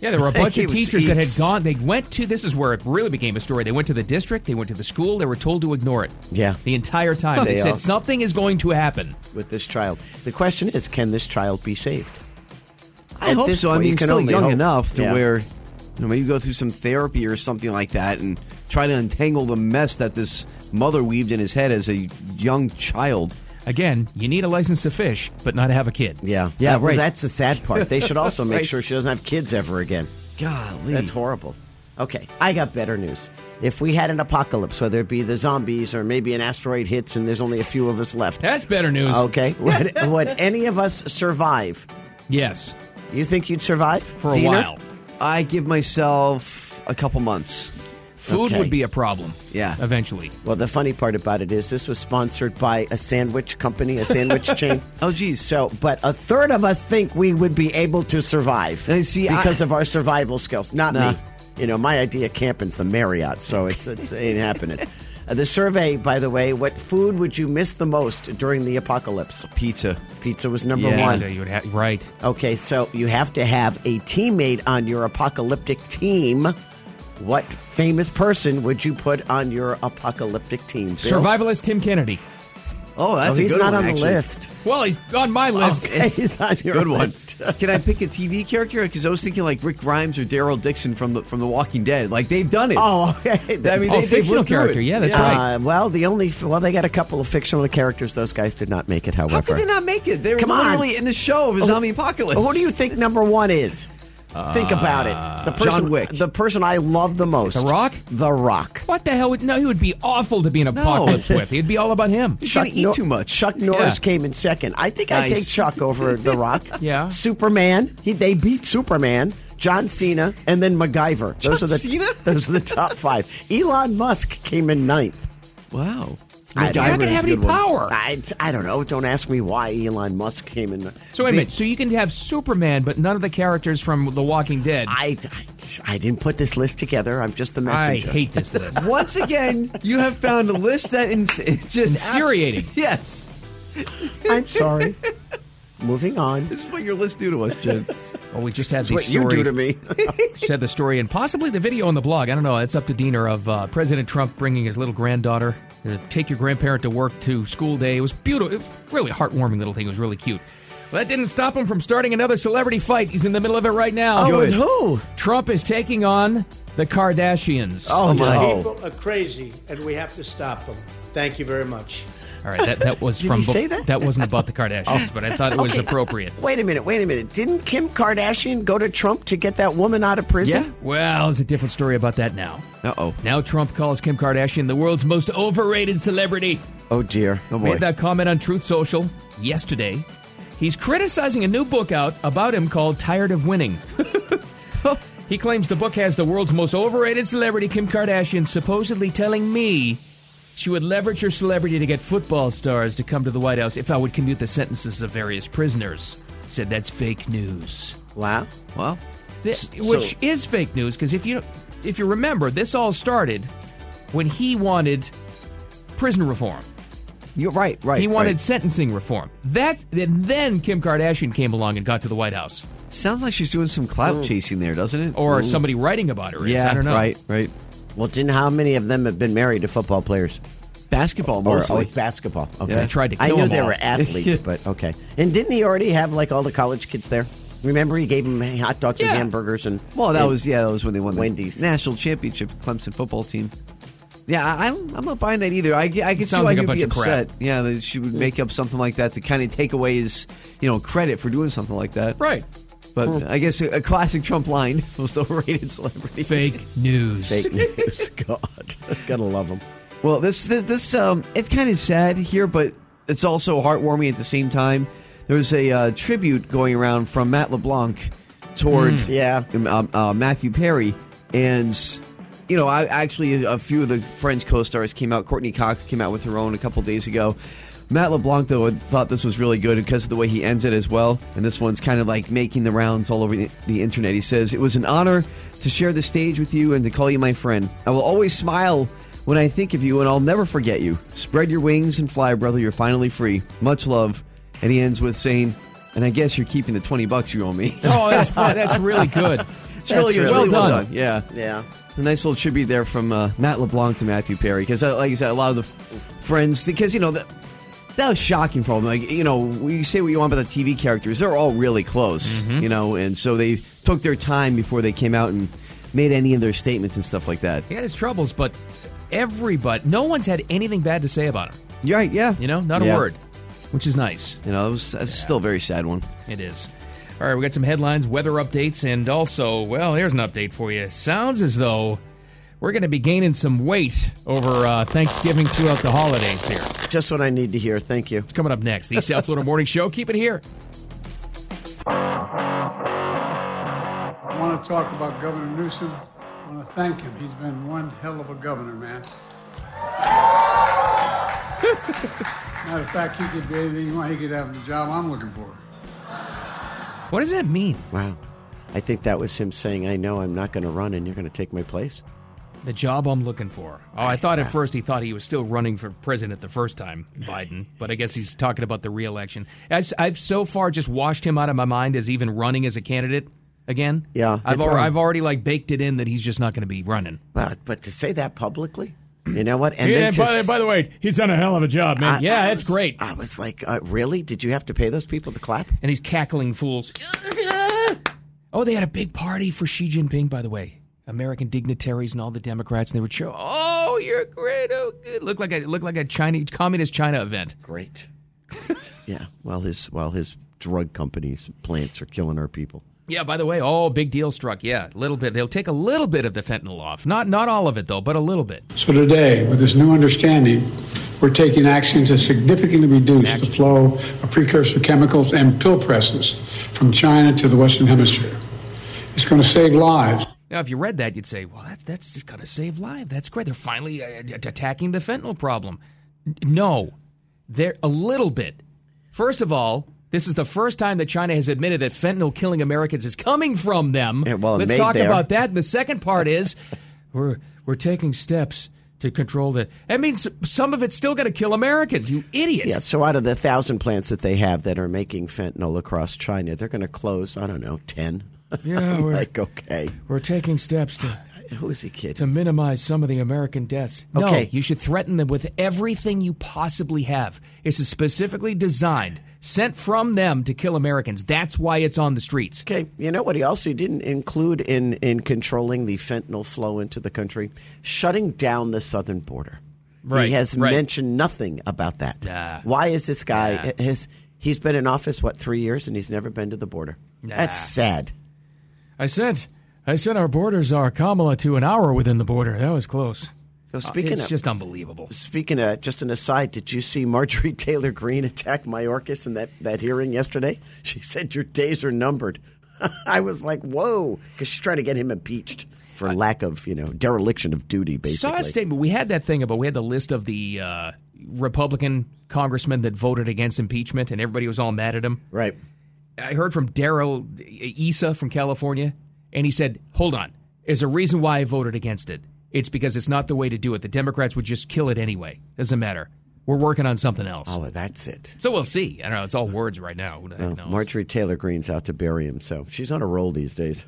[SPEAKER 3] Yeah, there were a bunch
[SPEAKER 4] He
[SPEAKER 3] of
[SPEAKER 4] was
[SPEAKER 3] teachers that had
[SPEAKER 4] eats.
[SPEAKER 3] gone. They went to this is where it really became a story. They went to the district, they went to the school, they were told to ignore it.
[SPEAKER 4] Yeah.
[SPEAKER 3] The entire time. They,
[SPEAKER 4] They
[SPEAKER 3] said
[SPEAKER 4] are.
[SPEAKER 3] something is going to happen.
[SPEAKER 4] with this child. The question is, can this child be saved?
[SPEAKER 8] I
[SPEAKER 4] At
[SPEAKER 8] hope
[SPEAKER 4] this
[SPEAKER 8] so. I
[SPEAKER 4] point,
[SPEAKER 8] mean,
[SPEAKER 4] you
[SPEAKER 8] he's
[SPEAKER 4] can
[SPEAKER 8] still
[SPEAKER 4] only
[SPEAKER 8] young
[SPEAKER 4] hope.
[SPEAKER 8] enough to
[SPEAKER 4] Yeah.
[SPEAKER 8] where you know, maybe go through some therapy or something like that and try to untangle the mess that this mother weaved in his head as a young child.
[SPEAKER 3] Again, you need a license to fish, but not have a kid.
[SPEAKER 4] Yeah,
[SPEAKER 8] Yeah,
[SPEAKER 4] That- well,
[SPEAKER 8] right.
[SPEAKER 4] That's the sad part. They should also make
[SPEAKER 8] Right.
[SPEAKER 4] sure she doesn't have kids ever again.
[SPEAKER 8] Golly,
[SPEAKER 4] That's horrible. Okay, I got better news. If we had an apocalypse, whether it be the zombies or maybe an asteroid hits and there's only a few of us left,
[SPEAKER 3] That's better news.
[SPEAKER 4] okay, would, would any of us survive?
[SPEAKER 3] Yes.
[SPEAKER 4] You think you'd survive
[SPEAKER 3] For a
[SPEAKER 4] Dina?
[SPEAKER 3] while.
[SPEAKER 8] I give myself a couple months.
[SPEAKER 3] Food
[SPEAKER 4] Okay.
[SPEAKER 3] would be a problem.
[SPEAKER 8] Yeah.
[SPEAKER 3] Eventually.
[SPEAKER 4] Well, the funny part about it is this was sponsored by a sandwich company, a sandwich chain.
[SPEAKER 8] Oh, geez.
[SPEAKER 4] So, but a third of us think we would be able to survive.
[SPEAKER 8] I see, I-
[SPEAKER 4] because of our survival skills. Not
[SPEAKER 8] Nah.
[SPEAKER 4] me. You know, my idea camping's the Marriott, so it's, it's it ain't happening. Uh, the survey, by the way, what food would you miss the most during the apocalypse?
[SPEAKER 8] Pizza.
[SPEAKER 4] Pizza was number
[SPEAKER 8] Yeah.
[SPEAKER 4] one.
[SPEAKER 3] So you would have right.
[SPEAKER 4] Okay, so you have to have a teammate on your apocalyptic team. What famous person would you put on your apocalyptic team? Bill?
[SPEAKER 3] Survivalist Tim Kennedy.
[SPEAKER 8] Oh,
[SPEAKER 4] Oh,
[SPEAKER 8] that's a
[SPEAKER 4] he's
[SPEAKER 8] good
[SPEAKER 4] not on
[SPEAKER 8] one, actually.
[SPEAKER 4] the list.
[SPEAKER 3] Well, he's on my
[SPEAKER 4] Oh,
[SPEAKER 3] list.
[SPEAKER 4] Okay, he's on your
[SPEAKER 8] Good one.
[SPEAKER 4] list.
[SPEAKER 8] Can I pick a TV character? Because I was thinking like Rick Grimes or Daryl Dixon from the from The Walking Dead. Like they've done it.
[SPEAKER 4] Oh, okay.
[SPEAKER 3] Oh,
[SPEAKER 8] I mean, they, they've
[SPEAKER 3] fictional
[SPEAKER 8] lived through
[SPEAKER 3] character.
[SPEAKER 8] it.
[SPEAKER 3] Yeah, that's right.
[SPEAKER 4] Uh, well, the only well, they got a couple of fictional characters. Those guys did not make it. However,
[SPEAKER 8] How could they not make it? They were
[SPEAKER 4] Come on. Oh,
[SPEAKER 8] literally in the show of a zombie apocalypse.
[SPEAKER 4] Who do you think number one is? think about it. The person,
[SPEAKER 8] John Wick.
[SPEAKER 4] the person I love the most,
[SPEAKER 3] The Rock?
[SPEAKER 4] The Rock.
[SPEAKER 3] What the hell would no, he would be awful to be an apocalypse with. It'd be all about him.
[SPEAKER 8] He's gonna eat
[SPEAKER 4] Nor-
[SPEAKER 8] too much.
[SPEAKER 4] Chuck Norris
[SPEAKER 3] Yeah.
[SPEAKER 4] came in second. I think I
[SPEAKER 8] Nice.
[SPEAKER 4] take Chuck over The Rock.
[SPEAKER 3] Yeah.
[SPEAKER 4] Superman. He, they beat Superman, John Cena, and then MacGyver. Those
[SPEAKER 8] John
[SPEAKER 4] are the
[SPEAKER 8] Cena?
[SPEAKER 4] those are the top five. Elon Musk came in ninth.
[SPEAKER 8] Wow.
[SPEAKER 4] I-
[SPEAKER 8] MacGyver
[SPEAKER 4] You're not
[SPEAKER 3] gonna
[SPEAKER 8] is a
[SPEAKER 3] have any
[SPEAKER 8] good one.
[SPEAKER 3] power.
[SPEAKER 4] I, I don't know. Don't ask me why Elon Musk came in.
[SPEAKER 3] So wait a minute. So you can have Superman, but none of the characters from The Walking Dead.
[SPEAKER 4] I, I I didn't put this list together. I'm just the
[SPEAKER 3] I
[SPEAKER 4] messenger.
[SPEAKER 3] hate this list.
[SPEAKER 8] Once again, you have found a list that ins- it's just
[SPEAKER 3] Infuriating.
[SPEAKER 8] yes.
[SPEAKER 4] I'm sorry. Moving on.
[SPEAKER 8] This is what your list do to us, Jen.
[SPEAKER 3] Well, we just had the
[SPEAKER 4] What
[SPEAKER 3] story.
[SPEAKER 4] you do to me?
[SPEAKER 3] Just had the story and possibly the video on the blog. I don't know. It's up to Diener of uh, President Trump bringing his little granddaughter to take your grandparent to work to school day. It was beautiful. It was really a heartwarming little thing. It was really cute. Well, that didn't stop him from starting another celebrity fight. He's in the middle of it right now.
[SPEAKER 4] with who?
[SPEAKER 3] Trump is taking on the Kardashians.
[SPEAKER 4] Oh, my!
[SPEAKER 9] People are crazy, and we have to stop them. Thank you very much.
[SPEAKER 3] All right, that, that was
[SPEAKER 4] Did
[SPEAKER 3] from
[SPEAKER 4] he say that?
[SPEAKER 3] wasn't about the Kardashians, but I thought it was
[SPEAKER 4] Okay.
[SPEAKER 3] appropriate.
[SPEAKER 4] Wait a minute. Wait a minute. Didn't Kim Kardashian go to Trump to get that woman out of prison?
[SPEAKER 8] Yeah.
[SPEAKER 3] Well, it's a different story about that now.
[SPEAKER 8] Uh oh.
[SPEAKER 3] Now Trump calls Kim Kardashian the world's most overrated celebrity.
[SPEAKER 4] Oh dear. Oh
[SPEAKER 3] Made that comment on Truth Social yesterday. He's criticizing a new book out about him called Tired of Winning. he claims the book has the world's most overrated celebrity, Kim Kardashian, supposedly telling me she would leverage her celebrity to get football stars to come to the White House if I would commute the sentences of various prisoners. Said that's fake news.
[SPEAKER 4] Wow.
[SPEAKER 8] Well,
[SPEAKER 3] Th- which is fake news because if you if you remember, this all started when he wanted prison reform.
[SPEAKER 4] You're right. Right.
[SPEAKER 3] He wanted
[SPEAKER 4] right.
[SPEAKER 3] sentencing reform. That's and then Kim Kardashian came along and got to the White House,
[SPEAKER 8] sounds like she's doing some clout chasing there, doesn't it?
[SPEAKER 3] or somebody writing about her. Is.
[SPEAKER 8] yeah,
[SPEAKER 3] I don't know.
[SPEAKER 8] right, right.
[SPEAKER 4] Well, didn't how many of them have been married to football players?
[SPEAKER 8] Basketball
[SPEAKER 4] Or
[SPEAKER 8] mostly.
[SPEAKER 4] like basketball. Okay.
[SPEAKER 8] Yeah. They
[SPEAKER 3] tried to
[SPEAKER 4] I
[SPEAKER 3] kill
[SPEAKER 4] knew
[SPEAKER 3] them
[SPEAKER 4] they
[SPEAKER 3] all.
[SPEAKER 4] were athletes, but okay. And didn't he already have like all the college kids there? Remember, he gave them hot dogs
[SPEAKER 3] Yeah.
[SPEAKER 4] and hamburgers and.
[SPEAKER 8] well, that
[SPEAKER 4] and-
[SPEAKER 8] was yeah, that was when they won the
[SPEAKER 4] Wendy's.
[SPEAKER 8] national championship, Clemson football team. Yeah, I, I'm I'm not buying that either. I, get- I can see
[SPEAKER 3] Sounds
[SPEAKER 8] why
[SPEAKER 3] like a
[SPEAKER 8] you'd
[SPEAKER 3] bunch
[SPEAKER 8] be
[SPEAKER 3] of crap.
[SPEAKER 8] upset. Yeah, that she would make up something like that to kind of take away his you know credit for doing something like that.
[SPEAKER 3] right. Hmm.
[SPEAKER 8] But I guess a, a classic Trump line, most overrated celebrity.
[SPEAKER 3] Fake news.
[SPEAKER 4] Fake news. God. Gotta love them.
[SPEAKER 8] Well, this this, this um, it's kind of sad here, but it's also heartwarming at the same time. There was a uh, tribute going around from Matt LeBlanc toward
[SPEAKER 3] Hmm.
[SPEAKER 4] Yeah.
[SPEAKER 8] um, uh, Matthew Perry, and you know, I actually a few of the French co-stars came out. Courtney Cox came out with her own a couple days ago. Matt LeBlanc though thought this was really good because of the way he ends it as well, and this one's kind of like making the rounds all over the the internet. He says, "It was an honor to share the stage with you and to call you my friend. I will always smile." When I think of you, and I'll never forget you. Spread your wings and fly, brother. You're finally free. Much love. And he ends with saying, "And I guess you're keeping the twenty bucks you owe me."
[SPEAKER 3] Oh, that's fun. that's really good.
[SPEAKER 4] That's
[SPEAKER 8] It's really, it's
[SPEAKER 4] really
[SPEAKER 8] really
[SPEAKER 3] well
[SPEAKER 8] well
[SPEAKER 3] done.
[SPEAKER 8] done. Yeah.
[SPEAKER 4] Yeah.
[SPEAKER 8] A nice little tribute there from uh, Matt LeBlanc to Matthew Perry. Because, uh, like I said, a lot of the f- friends, because, you know, that, that was shocking for them. Like, you know, we say what you want about the TV characters, they're all really close,
[SPEAKER 3] Mm-hmm.
[SPEAKER 8] you know, and so they took their time before they came out and made any of their statements and stuff like that.
[SPEAKER 3] He had his troubles, but everybody, no one's had anything bad to say about him.
[SPEAKER 8] You're right, yeah.
[SPEAKER 3] You know, not a
[SPEAKER 8] Yeah.
[SPEAKER 3] word, which is nice.
[SPEAKER 8] You know, it was, that's still a very sad one.
[SPEAKER 3] It is. All right, we got some headlines, weather updates, and also, well, here's an update for you. Sounds as though we're going to be gaining some weight over uh, Thanksgiving throughout the holidays here.
[SPEAKER 4] Just what I need to hear. Thank you.
[SPEAKER 3] Coming up next, the South Florida Morning Show. Keep it here.
[SPEAKER 10] I want to talk about Governor Newsom. I want to thank him. He's been one hell of a governor, man. Matter of fact, he could be anything you want. He could have the job I'm looking for.
[SPEAKER 3] What does that mean?
[SPEAKER 4] Wow. I think that was him saying, I know I'm not going to run and you're going to take my place.
[SPEAKER 3] The job I'm looking for. Oh, I thought at first he thought he was still running for president the first time, Biden, but I guess he's talking about the reelection. As I've so far just washed him out of my mind as even running as a candidate again.
[SPEAKER 4] Yeah,
[SPEAKER 3] I've,
[SPEAKER 4] it's
[SPEAKER 3] al-
[SPEAKER 4] fine.
[SPEAKER 3] I've already like baked it in that he's just not going to be running.
[SPEAKER 4] But, but to say that publicly, you know what? And to s-
[SPEAKER 3] the way, he's done a hell of a job,
[SPEAKER 4] I-
[SPEAKER 3] man. yeah,
[SPEAKER 4] I
[SPEAKER 3] that's
[SPEAKER 4] was-
[SPEAKER 3] great.
[SPEAKER 4] I was like, uh, really? Did you have to pay those people to clap?
[SPEAKER 3] and he's cackling fools. oh, they had a big party for Xi Jinping, by the way. American dignitaries and all the Democrats, and they were show. Oh, you're great. Oh, good. Looked like a looked like a Chinese communist China event.
[SPEAKER 4] Great. yeah. While his while his drug companies plants are killing our people.
[SPEAKER 3] Yeah. By the way, oh, big deal struck. Yeah, a little bit. They'll take a little bit of the fentanyl off. Not not all of it though, but a little bit.
[SPEAKER 10] So today, with this new understanding, we're taking action to significantly reduce the flow of precursor chemicals and pill presses from China to the Western Hemisphere. It's going to save lives.
[SPEAKER 3] Now, if you read that, you'd say, "Well, that's that's just gonna save lives. That's great. They're finally uh, at- attacking the fentanyl problem." N- No, they're a little bit. First of all, this is the first time that China has admitted that fentanyl killing Americans is coming from them.
[SPEAKER 4] Yeah, well, it
[SPEAKER 3] let's
[SPEAKER 4] made
[SPEAKER 3] talk
[SPEAKER 4] there.
[SPEAKER 3] about that. And the second part is, we're we're taking steps to control that. That means some of it's still gonna kill Americans. You idiots.
[SPEAKER 4] Yeah. So out of the thousand plants that they have that are making fentanyl across China, they're going to close. I don't know, ten.
[SPEAKER 3] Yeah,
[SPEAKER 4] I'm
[SPEAKER 3] we're-
[SPEAKER 4] like okay.
[SPEAKER 3] We're taking steps to.
[SPEAKER 4] Who is he kidding?
[SPEAKER 3] to minimize some of the American deaths. No,
[SPEAKER 4] Okay.
[SPEAKER 3] you should threaten them with everything you possibly have. This is specifically designed, sent from them to kill Americans. That's why it's on the streets.
[SPEAKER 4] Okay, you know what he also didn't include in in controlling the fentanyl flow into the country, shutting down the southern border.
[SPEAKER 3] Right,
[SPEAKER 4] he has
[SPEAKER 3] right.
[SPEAKER 4] mentioned nothing about that.
[SPEAKER 3] Nah.
[SPEAKER 4] Why is this guy? His he's been in office what three years and he's never been to the border. That's sad.
[SPEAKER 3] I sent, I sent our borders, our Kamala, to an hour within the border. That was close.
[SPEAKER 4] So
[SPEAKER 3] Uh,
[SPEAKER 4] speaking
[SPEAKER 3] it's
[SPEAKER 4] of
[SPEAKER 3] just unbelievable.
[SPEAKER 4] speaking of just an aside, did you see Marjorie Taylor Greene attack Mayorkas in that that hearing yesterday? She said your days are numbered. I was like, whoa, because she's trying to get him impeached for lack of you know dereliction of duty,
[SPEAKER 3] Saw a
[SPEAKER 4] basically.
[SPEAKER 3] statement. We had that thing about we had the list of the uh, Republican congressmen that voted against impeachment, and everybody was all mad at him.
[SPEAKER 4] Right.
[SPEAKER 3] I heard from Daryl Issa from California, and he said, "Hold on, there's a reason why I voted against it. It's because it's not the way to do it. The Democrats would just kill it anyway. Doesn't matter. We're working on something else.
[SPEAKER 4] Oh, that's it.
[SPEAKER 3] So we'll see. I don't know. It's all words right now. Who the heck knows?
[SPEAKER 4] Marjorie Taylor Greene's out to bury him, so she's on a roll these days.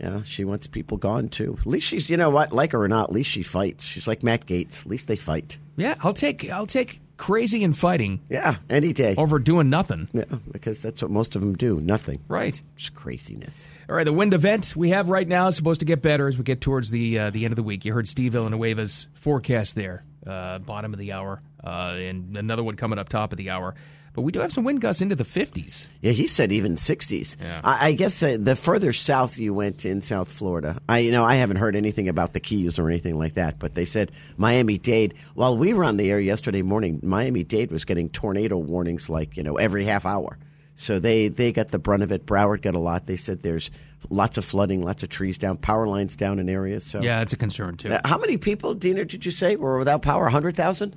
[SPEAKER 4] Yeah, she wants people gone too. At least she's, you know what, like her or not, at least she fights. She's like Matt Gates. At least they fight.
[SPEAKER 3] Yeah, I'll take I'll take crazy and fighting
[SPEAKER 4] Yeah, any day.
[SPEAKER 3] over doing nothing.
[SPEAKER 4] Yeah, because that's what most of them do. Nothing.
[SPEAKER 3] Right.
[SPEAKER 4] Just craziness.
[SPEAKER 3] All right, the wind event we have right now is supposed to get better as we get towards the uh, the end of the week. You heard Steve Villanueva's forecast there. uh, bottom of the hour, uh, and another one coming up top of the hour. But we do have some wind gusts into the 50s.
[SPEAKER 4] Yeah, he said even 60s.
[SPEAKER 3] Yeah.
[SPEAKER 4] I, I guess uh, the further south you went in South Florida, I you know I haven't heard anything about the Keys or anything like that, but they said Miami Dade. While we were on the air yesterday morning, Miami Dade was getting tornado warnings like you know every half hour. So they they got the brunt of it. Broward got a lot. They said there's lots of flooding, lots of trees down, power lines down in areas. So
[SPEAKER 3] Yeah, it's a concern too.
[SPEAKER 4] Uh, how many people, Diener, did you say were without power? Hundred thousand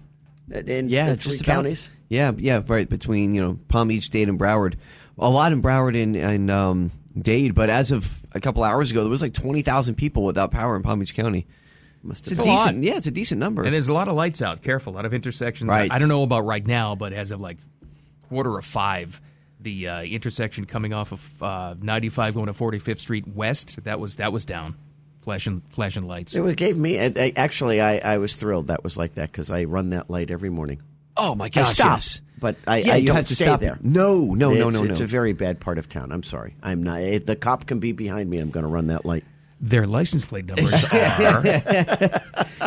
[SPEAKER 4] in
[SPEAKER 8] yeah,
[SPEAKER 4] in
[SPEAKER 8] it's
[SPEAKER 4] three
[SPEAKER 8] just about-
[SPEAKER 4] counties.
[SPEAKER 8] yeah, yeah, right between you know Palm Beach, Dade, and Broward. A lot in Broward and, and um, Dade, but as of a couple hours ago, there was like twenty thousand people without power in Palm Beach County.
[SPEAKER 4] Must
[SPEAKER 8] It's a
[SPEAKER 3] a lot.
[SPEAKER 8] decent, yeah, it's a decent number.
[SPEAKER 3] And there's a lot of lights out. Careful, a lot of intersections.
[SPEAKER 8] Right.
[SPEAKER 3] I, I don't know about right now, but as of like quarter of five, the uh, intersection coming off of uh, 95 going to 45th Street West, that was that was down, flashing flashing lights.
[SPEAKER 4] It gave me I- I- actually. I, I was thrilled that was like that because I run that light every morning.
[SPEAKER 8] oh my
[SPEAKER 4] I
[SPEAKER 8] gosh,
[SPEAKER 4] stop,
[SPEAKER 8] yes.
[SPEAKER 4] but I,
[SPEAKER 8] Yeah,
[SPEAKER 4] I
[SPEAKER 8] you
[SPEAKER 4] don't
[SPEAKER 8] have to
[SPEAKER 4] stay
[SPEAKER 8] stop.
[SPEAKER 4] there.
[SPEAKER 8] No, no, no,
[SPEAKER 4] It's-
[SPEAKER 8] no,
[SPEAKER 4] It's
[SPEAKER 8] no.
[SPEAKER 4] a very bad part of town. I'm sorry. I'm not. It, the cop can be behind me. I'm going to run that light.
[SPEAKER 3] Their license plate numbers are.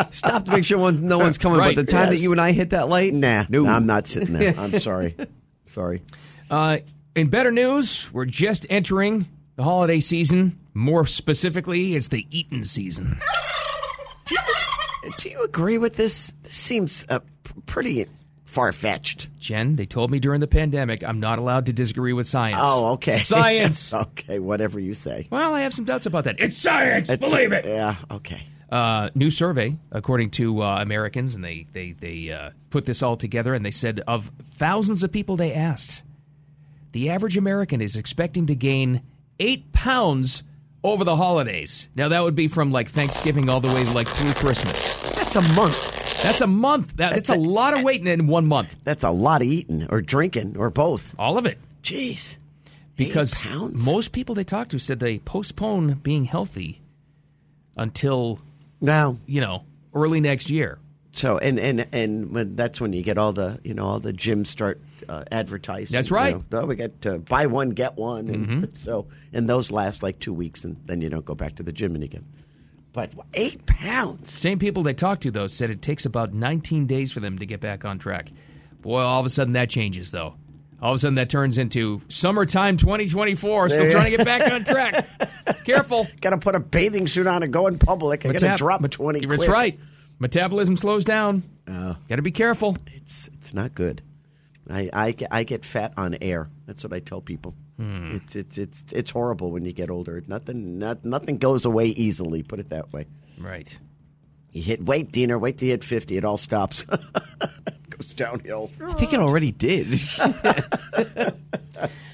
[SPEAKER 8] Stop to make sure one, no one's coming.
[SPEAKER 3] Right,
[SPEAKER 8] but the time
[SPEAKER 4] yes.
[SPEAKER 8] that you and I hit that light,
[SPEAKER 4] Nah,
[SPEAKER 8] no,
[SPEAKER 4] I'm not sitting there. I'm sorry. Sorry.
[SPEAKER 3] uh, in better news, we're just entering the holiday season. More specifically, it's the eating season.
[SPEAKER 4] Do you agree with this? This seems uh, p- pretty far fetched.
[SPEAKER 3] Jen, they told me during the pandemic I'm not allowed to disagree with science.
[SPEAKER 4] Oh, okay.
[SPEAKER 3] Science.
[SPEAKER 4] okay, whatever you say.
[SPEAKER 3] well, I have some doubts about that. It's science. believe it.
[SPEAKER 4] Yeah. Okay.
[SPEAKER 3] uh, new survey, according to uh, Americans, and they they they uh, put this all together, and they said of thousands of people they asked, the average American is expecting to gain eight pounds over the holidays. Now that would be from like Thanksgiving all the way like through Christmas.
[SPEAKER 4] That's a month.
[SPEAKER 3] That's a month. That, that's,
[SPEAKER 4] That's
[SPEAKER 3] a,
[SPEAKER 4] a-
[SPEAKER 3] lot of weight in one month.
[SPEAKER 4] That's a lot of eating or drinking or both.
[SPEAKER 3] All of it.
[SPEAKER 4] Jeez.
[SPEAKER 3] because
[SPEAKER 4] Eight pounds?
[SPEAKER 3] most people they talked to said they postpone being healthy until
[SPEAKER 4] No.
[SPEAKER 3] you know early next year.
[SPEAKER 4] So and and and when that's when you get all the you know all the gyms start uh, advertising.
[SPEAKER 3] That's
[SPEAKER 4] you
[SPEAKER 3] right. Mm-hmm.
[SPEAKER 4] know, "Oh, we got uh, buy one get one, and so and those last like two weeks, and then you don't go back to the gym again. But eight pounds.
[SPEAKER 3] Same people they talked to, though, said it takes about 19 days for them to get back on track. Boy, all of a sudden that changes, though. All of a sudden that turns into summertime 2024. Still trying to get back on track. Careful.
[SPEAKER 4] Got to put a bathing suit on and go in public. I got to
[SPEAKER 3] Metab-
[SPEAKER 4] drop twenty. Oh.
[SPEAKER 3] That's
[SPEAKER 4] quick.
[SPEAKER 3] right. Metabolism slows down. Got to be careful.
[SPEAKER 4] It's it's not good. I, I, get- I get fat on air. That's what I tell people.
[SPEAKER 3] Hmm.
[SPEAKER 4] It's it's it's it's horrible when you get older. Nothing not, nothing goes away easily. Put it that way.
[SPEAKER 3] Right.
[SPEAKER 4] You hit wait, Diener, wait till you hit 50. It all stops. goes downhill.
[SPEAKER 8] I think it already did.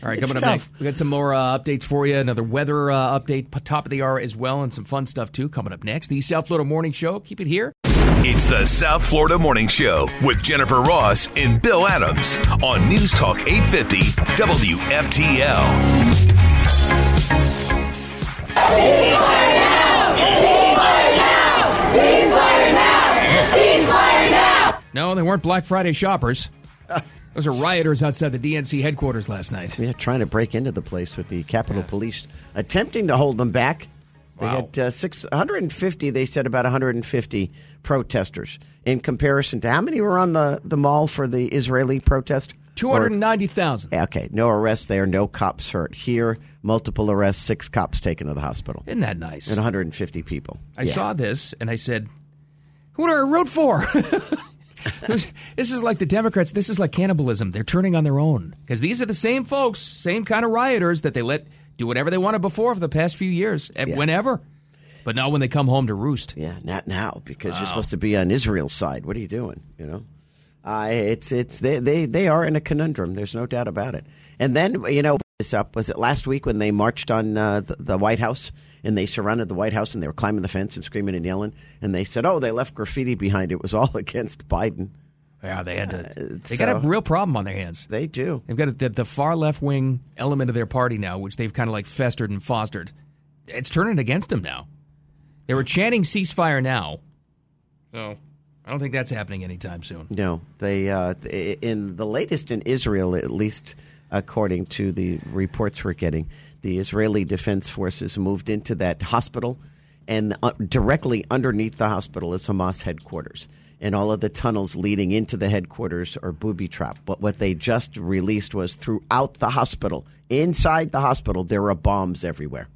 [SPEAKER 3] All right, coming up
[SPEAKER 4] tough.
[SPEAKER 3] next, we got some more uh, updates for you. Another weather uh, update, p- top of the hour as well, and some fun stuff too. Coming up next, the South Florida Morning Show. Keep it here.
[SPEAKER 1] It's the South Florida Morning Show with Jennifer Ross and Bill Adams on News Talk 850 WFTL.
[SPEAKER 3] No, they weren't Black Friday shoppers. Those are rioters outside the DNC headquarters last night.
[SPEAKER 4] Yeah, trying to break into the place with the Capitol Police attempting to hold them back. They
[SPEAKER 3] Wow.
[SPEAKER 4] had uh, six, 150, they said about 150 protesters in comparison to how many were on the, the mall for the Israeli protest? Or-
[SPEAKER 3] 290,000.
[SPEAKER 4] Yeah, Okay, no arrests there, no cops hurt. Here, multiple arrests, six cops taken to the hospital, and
[SPEAKER 3] Isn't that nice?
[SPEAKER 4] 150 people.
[SPEAKER 3] I saw this and I said, Who do I root for? This- this is like the Democrats. This is like cannibalism. They're turning on their own because these are the same folks, same kind of rioters that they let do whatever they wanted before for the past few years, and
[SPEAKER 4] Yeah.
[SPEAKER 3] whenever, but not when they come home to roost.
[SPEAKER 4] Yeah, not now because you're supposed to be on Israel's side. What are you doing? You know, uh, it's it's they, they they are in a conundrum. There's no doubt about it. And then you know this up was it last week when they marched on uh, the, the White House and they surrounded the White House and they were climbing the fence and screaming and yelling and they said, oh, they left graffiti behind. It was all against Biden.
[SPEAKER 3] Yeah, they had to. They got a
[SPEAKER 4] Uh, so-
[SPEAKER 3] real problem on their hands.
[SPEAKER 4] They do.
[SPEAKER 3] They've got the, the far left wing element of their party now, which they've kind of like festered and fostered. It's turning against them now. They were chanting ceasefire now. So I don't think that's happening anytime soon.
[SPEAKER 4] No, they uh, th- in the latest in Israel, at least according to the reports we're getting, the Israeli Defense Forces moved into that hospital and uh, directly underneath the hospital is Hamas headquarters. And all of the tunnels leading into the headquarters are booby trapped. But what they just released was throughout the hospital, inside the hospital, there are bombs everywhere.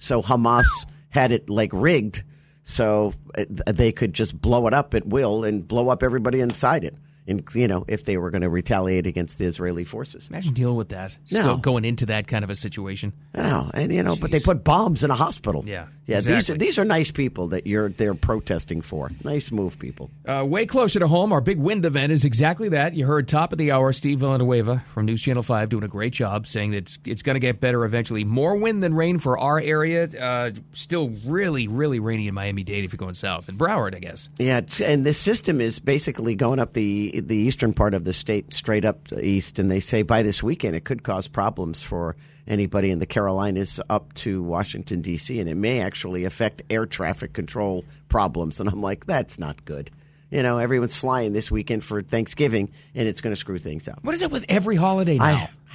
[SPEAKER 4] So Hamas had it like rigged so uh, they could just blow it up at will and blow up everybody inside it. And you know, if they were going to retaliate against the Israeli forces.
[SPEAKER 3] Imagine dealing with that. Just
[SPEAKER 4] No.
[SPEAKER 3] go- going into that kind of a situation.
[SPEAKER 4] I know, and you know, but they put bombs in a hospital.
[SPEAKER 3] Yeah,
[SPEAKER 4] yeah. These are
[SPEAKER 3] exactly.
[SPEAKER 4] these are nice people that you're they're protesting for. Nice move, people.
[SPEAKER 3] Uh, way closer to home, our big wind event is exactly that. You heard top of the hour, Steve Villanueva from News Channel 5 doing a great job saying that it's, it's going to get better eventually. More wind than rain for our area. Uh, still really, really rainy in Miami Dade if you're going south. And Broward, I guess.
[SPEAKER 4] Yeah, it's, and this system is basically going up the the eastern part of the state, straight up east, and they say by this weekend it could cause problems for anybody in the Carolinas up to Washington D.C. and it may actually affect air traffic control problems. And I'm like, that's not good. You know, everyone's flying this weekend for Thanksgiving, and it's going to screw things up.
[SPEAKER 3] What is it with every holiday now?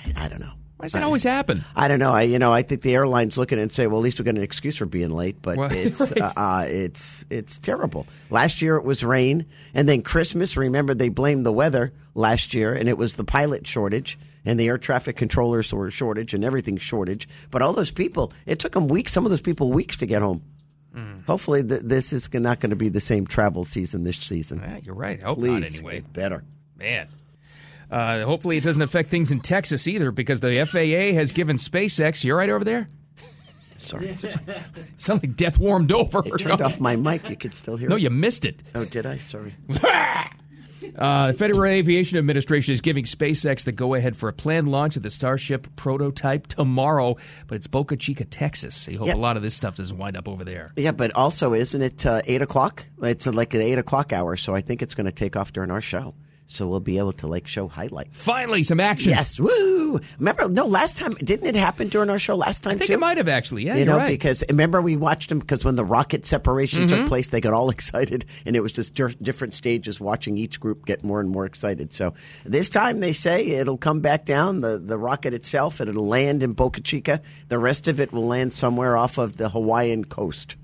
[SPEAKER 4] I, I I don't know.
[SPEAKER 3] Why does that always happen?
[SPEAKER 4] I don't know. I you know I think the airlines looking and say, well, at least we got an excuse for being late. But
[SPEAKER 3] Well,
[SPEAKER 4] it's
[SPEAKER 3] right.
[SPEAKER 4] uh, uh, it's it's terrible. Last year it was rain, and then Christmas. Remember they blamed the weather last year, and it was the pilot shortage and the air traffic controllers were shortage and everything shortage. But all those people, it took them weeks. Some of those people weeks to get home.
[SPEAKER 3] Mm.
[SPEAKER 4] Hopefully th- this is not going to be the same travel season this season.
[SPEAKER 3] Yeah, you're right. I hope
[SPEAKER 4] Please
[SPEAKER 3] not anyway.
[SPEAKER 4] get better.
[SPEAKER 3] Man. Uh, hopefully it doesn't affect things in Texas either because the FAA has given SpaceX. You're right over there?
[SPEAKER 4] Sorry,
[SPEAKER 3] Sound like death warmed over.
[SPEAKER 4] I turned off my mic. You could still hear.
[SPEAKER 3] No,
[SPEAKER 4] it.
[SPEAKER 3] you missed it.
[SPEAKER 4] Oh, did I? Sorry.
[SPEAKER 3] Uh, the Federal Aviation Administration is giving SpaceX the go ahead for a planned launch of the Starship prototype tomorrow, but it's Boca Chica, Texas. So you hope
[SPEAKER 4] Yeah.
[SPEAKER 3] a lot of this stuff doesn't wind up over there.
[SPEAKER 4] Yeah, but also, isn't it uh, eight o'clock? It's uh, like an eight o'clock hour, so I think it's going to take off during our show. So we'll be able to like show highlights.
[SPEAKER 3] Finally, some action.
[SPEAKER 4] Yes, woo! Remember, no, last time didn't it happen during our show last time?
[SPEAKER 3] I think
[SPEAKER 4] too?
[SPEAKER 3] it might have actually. Yeah,
[SPEAKER 4] you
[SPEAKER 3] you're
[SPEAKER 4] know,
[SPEAKER 3] right. Mm-hmm.
[SPEAKER 4] because remember we watched them because when the rocket separation took place, they got all excited, and it was just dir- different stages watching each group get more and more excited. So this time they say it'll come back down the the rocket itself, and it'll land in Boca Chica. The rest of it will land somewhere off of the Hawaiian coast.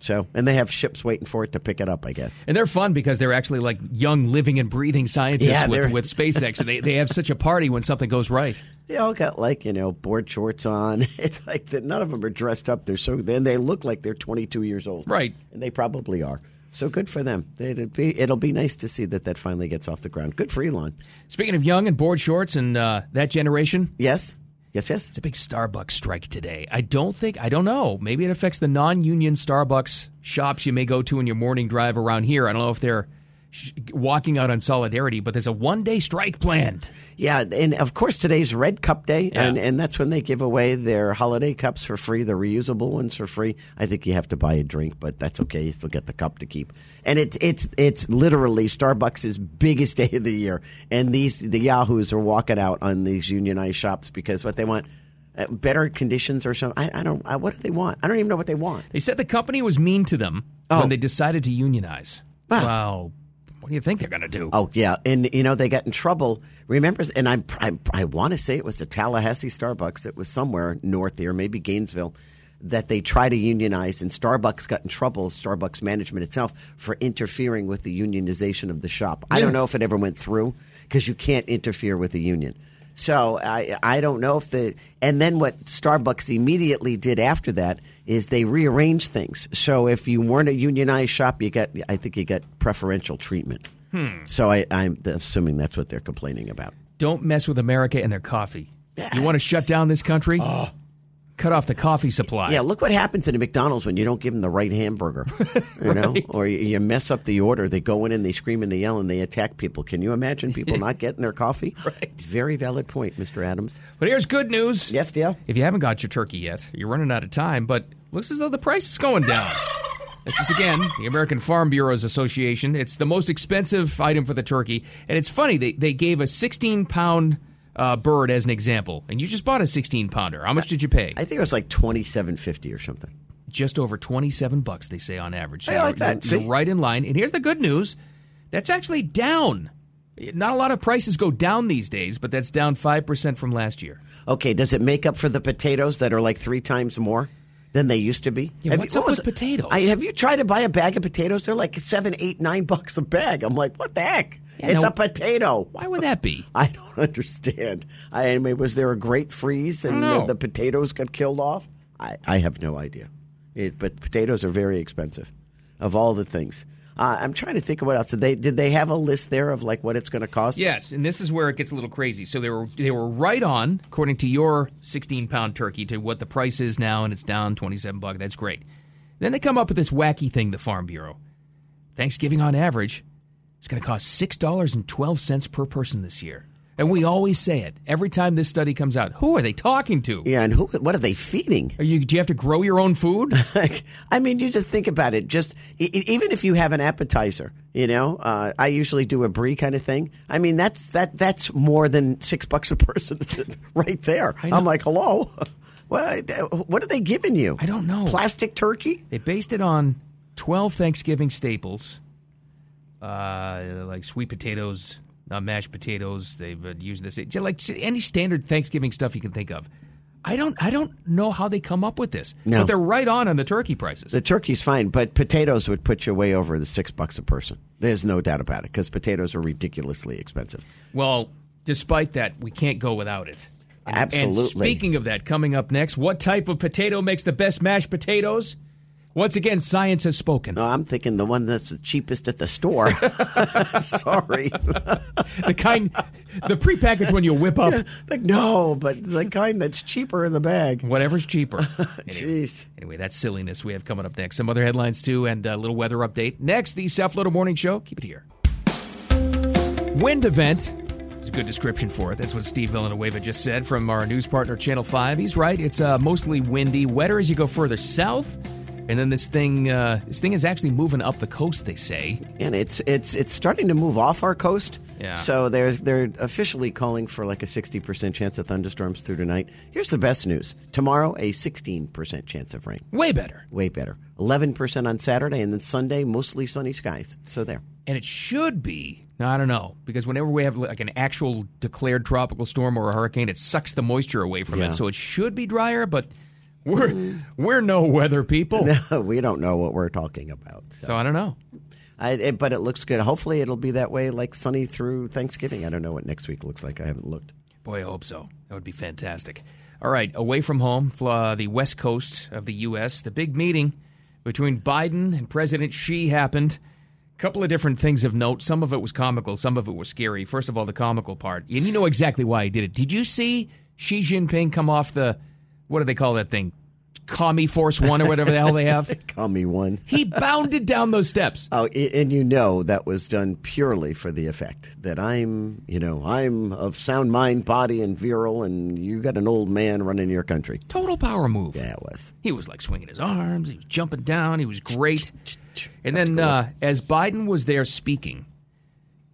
[SPEAKER 4] So, and they have ships waiting for it to pick it up, I guess.
[SPEAKER 3] and they're fun because they're actually like young, living, and breathing scientists
[SPEAKER 4] Yeah,
[SPEAKER 3] with,
[SPEAKER 4] they're-
[SPEAKER 3] with SpaceX. and they, they have such a party when something goes right.
[SPEAKER 4] They all got like you know board shorts on. It's like that. None of them are dressed up. They're so then they look like they're 22 years old,
[SPEAKER 3] Right.
[SPEAKER 4] And they probably are. So good for them. It'd be it'll be nice to see that that finally gets off the ground. Good for Elon.
[SPEAKER 3] Speaking of young and board shorts and uh, that generation,
[SPEAKER 4] Yes, yes, yes.
[SPEAKER 3] It's a big Starbucks strike today. I don't think, I don't know. Maybe it affects the non union Starbucks shops you may go to in your morning drive around here. I don't know if they're sh- walking out on solidarity, but there's a one day strike planned.
[SPEAKER 4] Yeah, and of course today's Red Cup Day,
[SPEAKER 3] Yeah.
[SPEAKER 4] and, and that's when they give away their holiday cups for free, the reusable ones for free. I think you have to buy a drink, but that's okay. You still get the cup to keep. And it's it's it's literally Starbucks' biggest day of the year, and these the Yahoos are walking out on these unionized shops because what they want. uh, Better conditions or something. I, I don't. I, what do they want? I don't even know what they want.
[SPEAKER 3] They said the company was mean to them
[SPEAKER 4] Oh.
[SPEAKER 3] when they decided to unionize.
[SPEAKER 4] Wow.
[SPEAKER 3] Wow. What do you think they're going to do?
[SPEAKER 4] Oh yeah, and you know they got in trouble. Remember, and I'm, I'm I want to say it was the Tallahassee Starbucks. It was somewhere north here, maybe Gainesville, that they tried to unionize, and Starbucks got in trouble. Starbucks management itself for interfering with the unionization of the shop. I don't know if it ever went through because you can't interfere with the union. So I I don't know if the and then what Starbucks immediately did after that is they rearranged things. So if you weren't a unionized shop, you got I think you got preferential treatment. So I, I'm assuming that's what they're complaining about.
[SPEAKER 3] Don't mess with America and their coffee. You want to shut down this country? Cut off the coffee supply.
[SPEAKER 4] Oh. Yeah, look what happens at a McDonald's when you don't give them the right hamburger, you know, or you- you mess up the order. They go in and they scream and they yell and they attack people. Can you imagine people not getting their coffee? Right. Very valid point, Mr. Adams.
[SPEAKER 3] But here's good news.
[SPEAKER 4] Yes, Dale.
[SPEAKER 3] If you haven't got your turkey yet, you're running out of time, but looks as though the price is going down. This is again the American Farm Bureau's Association. It's the most expensive item for the turkey. And it's funny, they, they gave a 16 pound uh, bird as an example. And you just bought a 16 pounder. How much did you pay?
[SPEAKER 4] I think it was like twenty seven fifty or something.
[SPEAKER 3] just over 27 bucks, they say on average. So
[SPEAKER 4] I like
[SPEAKER 3] you're-
[SPEAKER 4] that.
[SPEAKER 3] You're,
[SPEAKER 4] See?
[SPEAKER 3] you're right in line. And here's the good news that's actually down. Not a lot of prices go down these days, but that's down 5% from last year.
[SPEAKER 4] Okay, does it make up for the potatoes that are like three times more? than they used to be.
[SPEAKER 3] Yeah,
[SPEAKER 4] Have
[SPEAKER 3] what's
[SPEAKER 4] you-
[SPEAKER 3] up
[SPEAKER 4] what
[SPEAKER 3] with
[SPEAKER 4] was-
[SPEAKER 3] potatoes?
[SPEAKER 4] I, have you tried to buy a bag of potatoes? They're like seven, eight, nine bucks a bag. I'm like, what the heck?
[SPEAKER 3] Yeah,
[SPEAKER 4] it's
[SPEAKER 3] now-
[SPEAKER 4] a potato.
[SPEAKER 3] Why would that be?
[SPEAKER 4] I don't understand. I, I mean, was there a great freeze and
[SPEAKER 3] don't
[SPEAKER 4] the,
[SPEAKER 3] know.
[SPEAKER 4] the potatoes got killed off? I, I have no idea. It, but potatoes are very expensive, of all the things. Uh, I'm trying to think of what else. Did they did they have a list there of like what it's going to cost?
[SPEAKER 3] Yes, and this is where it gets a little crazy. So they were they were right on, according to your 16 pound turkey, to what the price is now, and it's down 27 bucks. That's great. Then they come up with this wacky thing, the Farm Bureau. Thanksgiving on average, it's going to cost six dollars and twelve cents per person this year. And we always say it every time this study comes out. Who are they talking to?
[SPEAKER 4] Yeah, and who? What are they feeding?
[SPEAKER 3] Are you? Do you have to grow your own food?
[SPEAKER 4] Like, I mean, you just think about it. Just e- e- even if you have an appetizer, you know, uh, I usually do a brie kind of thing. I mean, that's that that's more than six bucks a person, right there. I'm like, hello, what what are they giving you?
[SPEAKER 3] I don't know.
[SPEAKER 4] Plastic turkey?
[SPEAKER 3] They based it on 12 Thanksgiving staples, uh, like sweet potatoes, uh, mashed potatoes. They've uh, used this, it's like any standard Thanksgiving stuff you can think of. I don't, I don't know how they come up with this,
[SPEAKER 4] No.
[SPEAKER 3] but they're right on on the turkey prices.
[SPEAKER 4] The turkey's fine, but potatoes would put you way over the six bucks a person. There's no doubt about it because potatoes are ridiculously expensive.
[SPEAKER 3] well, despite that, we can't go without it. And- And
[SPEAKER 4] Absolutely.
[SPEAKER 3] speaking of that, coming up next, what type of potato makes the best mashed potatoes? Once again, science has spoken.
[SPEAKER 4] No, I'm thinking the one that's the cheapest at the store. Sorry.
[SPEAKER 3] the kind, the prepackaged one you whip up.
[SPEAKER 4] Like no, but the kind that's cheaper in the bag.
[SPEAKER 3] Whatever's cheaper. Anyway,
[SPEAKER 4] Jeez.
[SPEAKER 3] anyway, that's silliness we have coming up next. Some other headlines, too, and a little weather update. Next, the South Florida Morning Show. Keep it here. Wind event is a good description for it. That's what Steve Villanueva just said from our news partner, Channel 5. He's right. It's uh, mostly windy, wetter as you go further south. And then this thing, uh, this thing is actually moving up the coast. They say
[SPEAKER 4] And it's it's it's starting to move off our coast.
[SPEAKER 3] Yeah.
[SPEAKER 4] So they're they're officially calling for like a sixty percent chance of thunderstorms through tonight. Here's the best news: tomorrow, a sixteen percent chance of rain.
[SPEAKER 3] way better,
[SPEAKER 4] Way better. Eleven percent on Saturday, and then Sunday, mostly sunny skies. So there.
[SPEAKER 3] and it should be. I don't know because whenever we have like an actual declared tropical storm or a hurricane, it sucks the moisture away from
[SPEAKER 4] Yeah.
[SPEAKER 3] it, so it should be drier. But we're we're no weather people,
[SPEAKER 4] we don't know what we're talking about. So,
[SPEAKER 3] so I don't know.
[SPEAKER 4] I, it, but it looks good. Hopefully, it'll be that way, like sunny through Thanksgiving. I don't know what next week looks like. I haven't looked.
[SPEAKER 3] Boy, I hope so. That would be fantastic. All right, away from home, fl- uh, the west coast of the U.S., the big meeting between Biden and President Xi happened. A couple of different things of note. Some of it was comical, some of it was scary. First of all, the comical part. And you know exactly why he did it. Did you see Xi Jinping come off the, what do they call that thing? Commie Force One or whatever the hell they have?
[SPEAKER 4] Call me one.
[SPEAKER 3] He bounded down those steps.
[SPEAKER 4] Oh, a- and you know that was done purely for the effect that I'm, you know, I'm of sound mind, body, and virile, and you got an old man running your country.
[SPEAKER 3] Total power move.
[SPEAKER 4] Yeah, it was.
[SPEAKER 3] He was like swinging his arms. He was jumping down. He was great. And then, uh, as Biden was there speaking,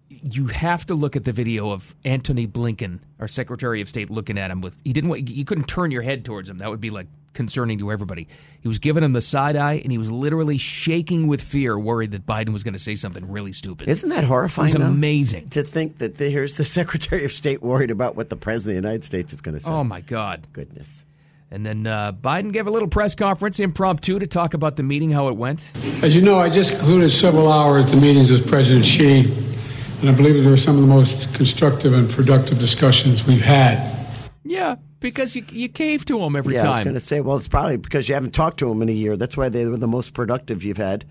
[SPEAKER 3] you have to look at the video of Anthony Blinken, our Secretary of State, looking at him with he didn't wa- you couldn't turn your head towards him. That would be like concerning to everybody. He was giving him the side eye, and he was literally shaking with fear, worried that Biden was going to say something really stupid.
[SPEAKER 4] Isn't that horrifying?
[SPEAKER 3] It's
[SPEAKER 4] though?
[SPEAKER 3] amazing.
[SPEAKER 4] to think that the, here's the Secretary of State worried about what the President of the United States is going to say.
[SPEAKER 3] Oh my God!
[SPEAKER 4] goodness.
[SPEAKER 3] And then uh, Biden gave a little press conference impromptu to talk about the meeting, how it went.
[SPEAKER 10] As you know, I just concluded several hours of meetings with President Xi, and I believe that they were some of the most constructive and productive discussions we've had.
[SPEAKER 3] Yeah, because you you cave to him every
[SPEAKER 4] Yeah, I was
[SPEAKER 3] time.
[SPEAKER 4] going to say, well, it's probably because you haven't talked to him in a year. That's why they were the most productive you've had.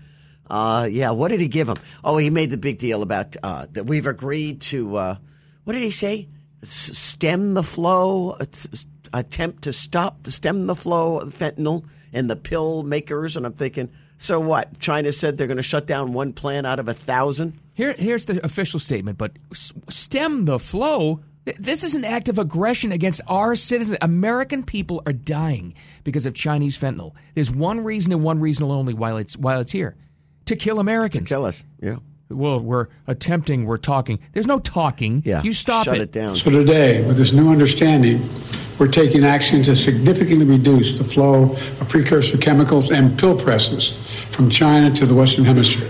[SPEAKER 4] Uh, yeah, what did he give him? Oh, he made the big deal about uh, that we've agreed to, uh, what did he say? S- stem the flow, uh, t- s- attempt to stop, to stem the flow of fentanyl and the pill makers. And I'm thinking, so what? China said they're going to shut down one plant out of a thousand?
[SPEAKER 3] Here, here's the official statement, but s- stem the flow. Th- This is an act of aggression against our citizens. American people are dying because of Chinese fentanyl. There's one reason and one reason only while it's while it's here to kill Americans.
[SPEAKER 4] Kill us. Yeah.
[SPEAKER 3] well, we're attempting, we're talking. There's no talking.
[SPEAKER 4] Yeah.
[SPEAKER 3] You stop
[SPEAKER 4] Shut it,
[SPEAKER 3] it.
[SPEAKER 4] down.
[SPEAKER 10] So today, with this new understanding, we're taking action to significantly reduce the flow of precursor chemicals and pill presses from China to the Western Hemisphere.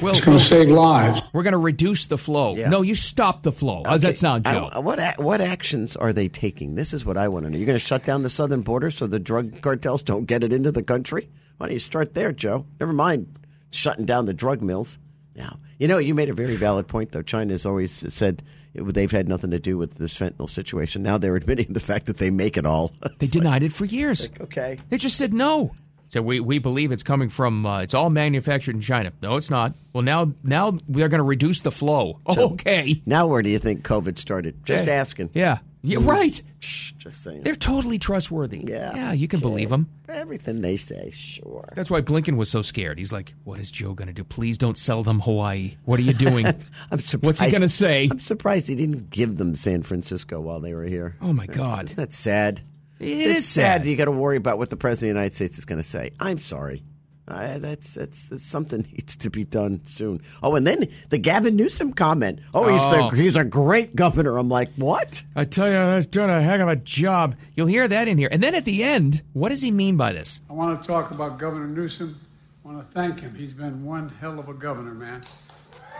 [SPEAKER 3] Well,
[SPEAKER 10] it's going
[SPEAKER 3] well-
[SPEAKER 10] to save lives.
[SPEAKER 3] We're going to reduce the flow.
[SPEAKER 4] Yeah.
[SPEAKER 3] No, you stop the flow. How's that sound,
[SPEAKER 4] I-
[SPEAKER 3] Joe?
[SPEAKER 4] what a- what actions are they taking? This is what I want to know. You're going to shut down the southern border so the drug cartels don't get it into the country? Why don't you start there, Joe? Never mind shutting down the drug mills. Now, you know, you made a very valid point, though. China's always said it- they've had nothing to do with this fentanyl situation. Now they're admitting the fact that they make it all.
[SPEAKER 3] they denied it for years.
[SPEAKER 4] okay.
[SPEAKER 3] They just said no. So we, we believe it's coming from uh, it's all manufactured in China. No, it's not. Well, now now they're going to reduce the flow. okay.
[SPEAKER 4] Now, where do you think COVID started? Just
[SPEAKER 3] Yeah.
[SPEAKER 4] asking.
[SPEAKER 3] Yeah. Yeah. Right.
[SPEAKER 4] Just saying.
[SPEAKER 3] They're totally trustworthy.
[SPEAKER 4] Yeah.
[SPEAKER 3] Yeah. You can believe them.
[SPEAKER 4] Everything they say, sure.
[SPEAKER 3] That's why Blinken was so scared. He's like, "What is Joe going to do? Please don't sell them Hawaii. What are you doing?"
[SPEAKER 4] I'm surprised.
[SPEAKER 3] What's he going to say?
[SPEAKER 4] I'm surprised he didn't give them San Francisco while they were here.
[SPEAKER 3] Oh my God.
[SPEAKER 4] Isn't that sad?
[SPEAKER 3] It
[SPEAKER 4] it's
[SPEAKER 3] is sad.
[SPEAKER 4] You got to worry about what the president of the United States is going to say. I'm sorry. Uh, that's, that's that's something needs to be done soon. Oh, and then the Gavin Newsom comment. Oh, he's
[SPEAKER 3] Oh.
[SPEAKER 4] the, he's a great governor. I'm like, what?
[SPEAKER 3] I tell you, that's doing a heck of a job. You'll hear that in here. And then at the end, what does he mean by this?
[SPEAKER 10] I want to talk about Governor Newsom. I want to thank him. He's been one hell of a governor, man.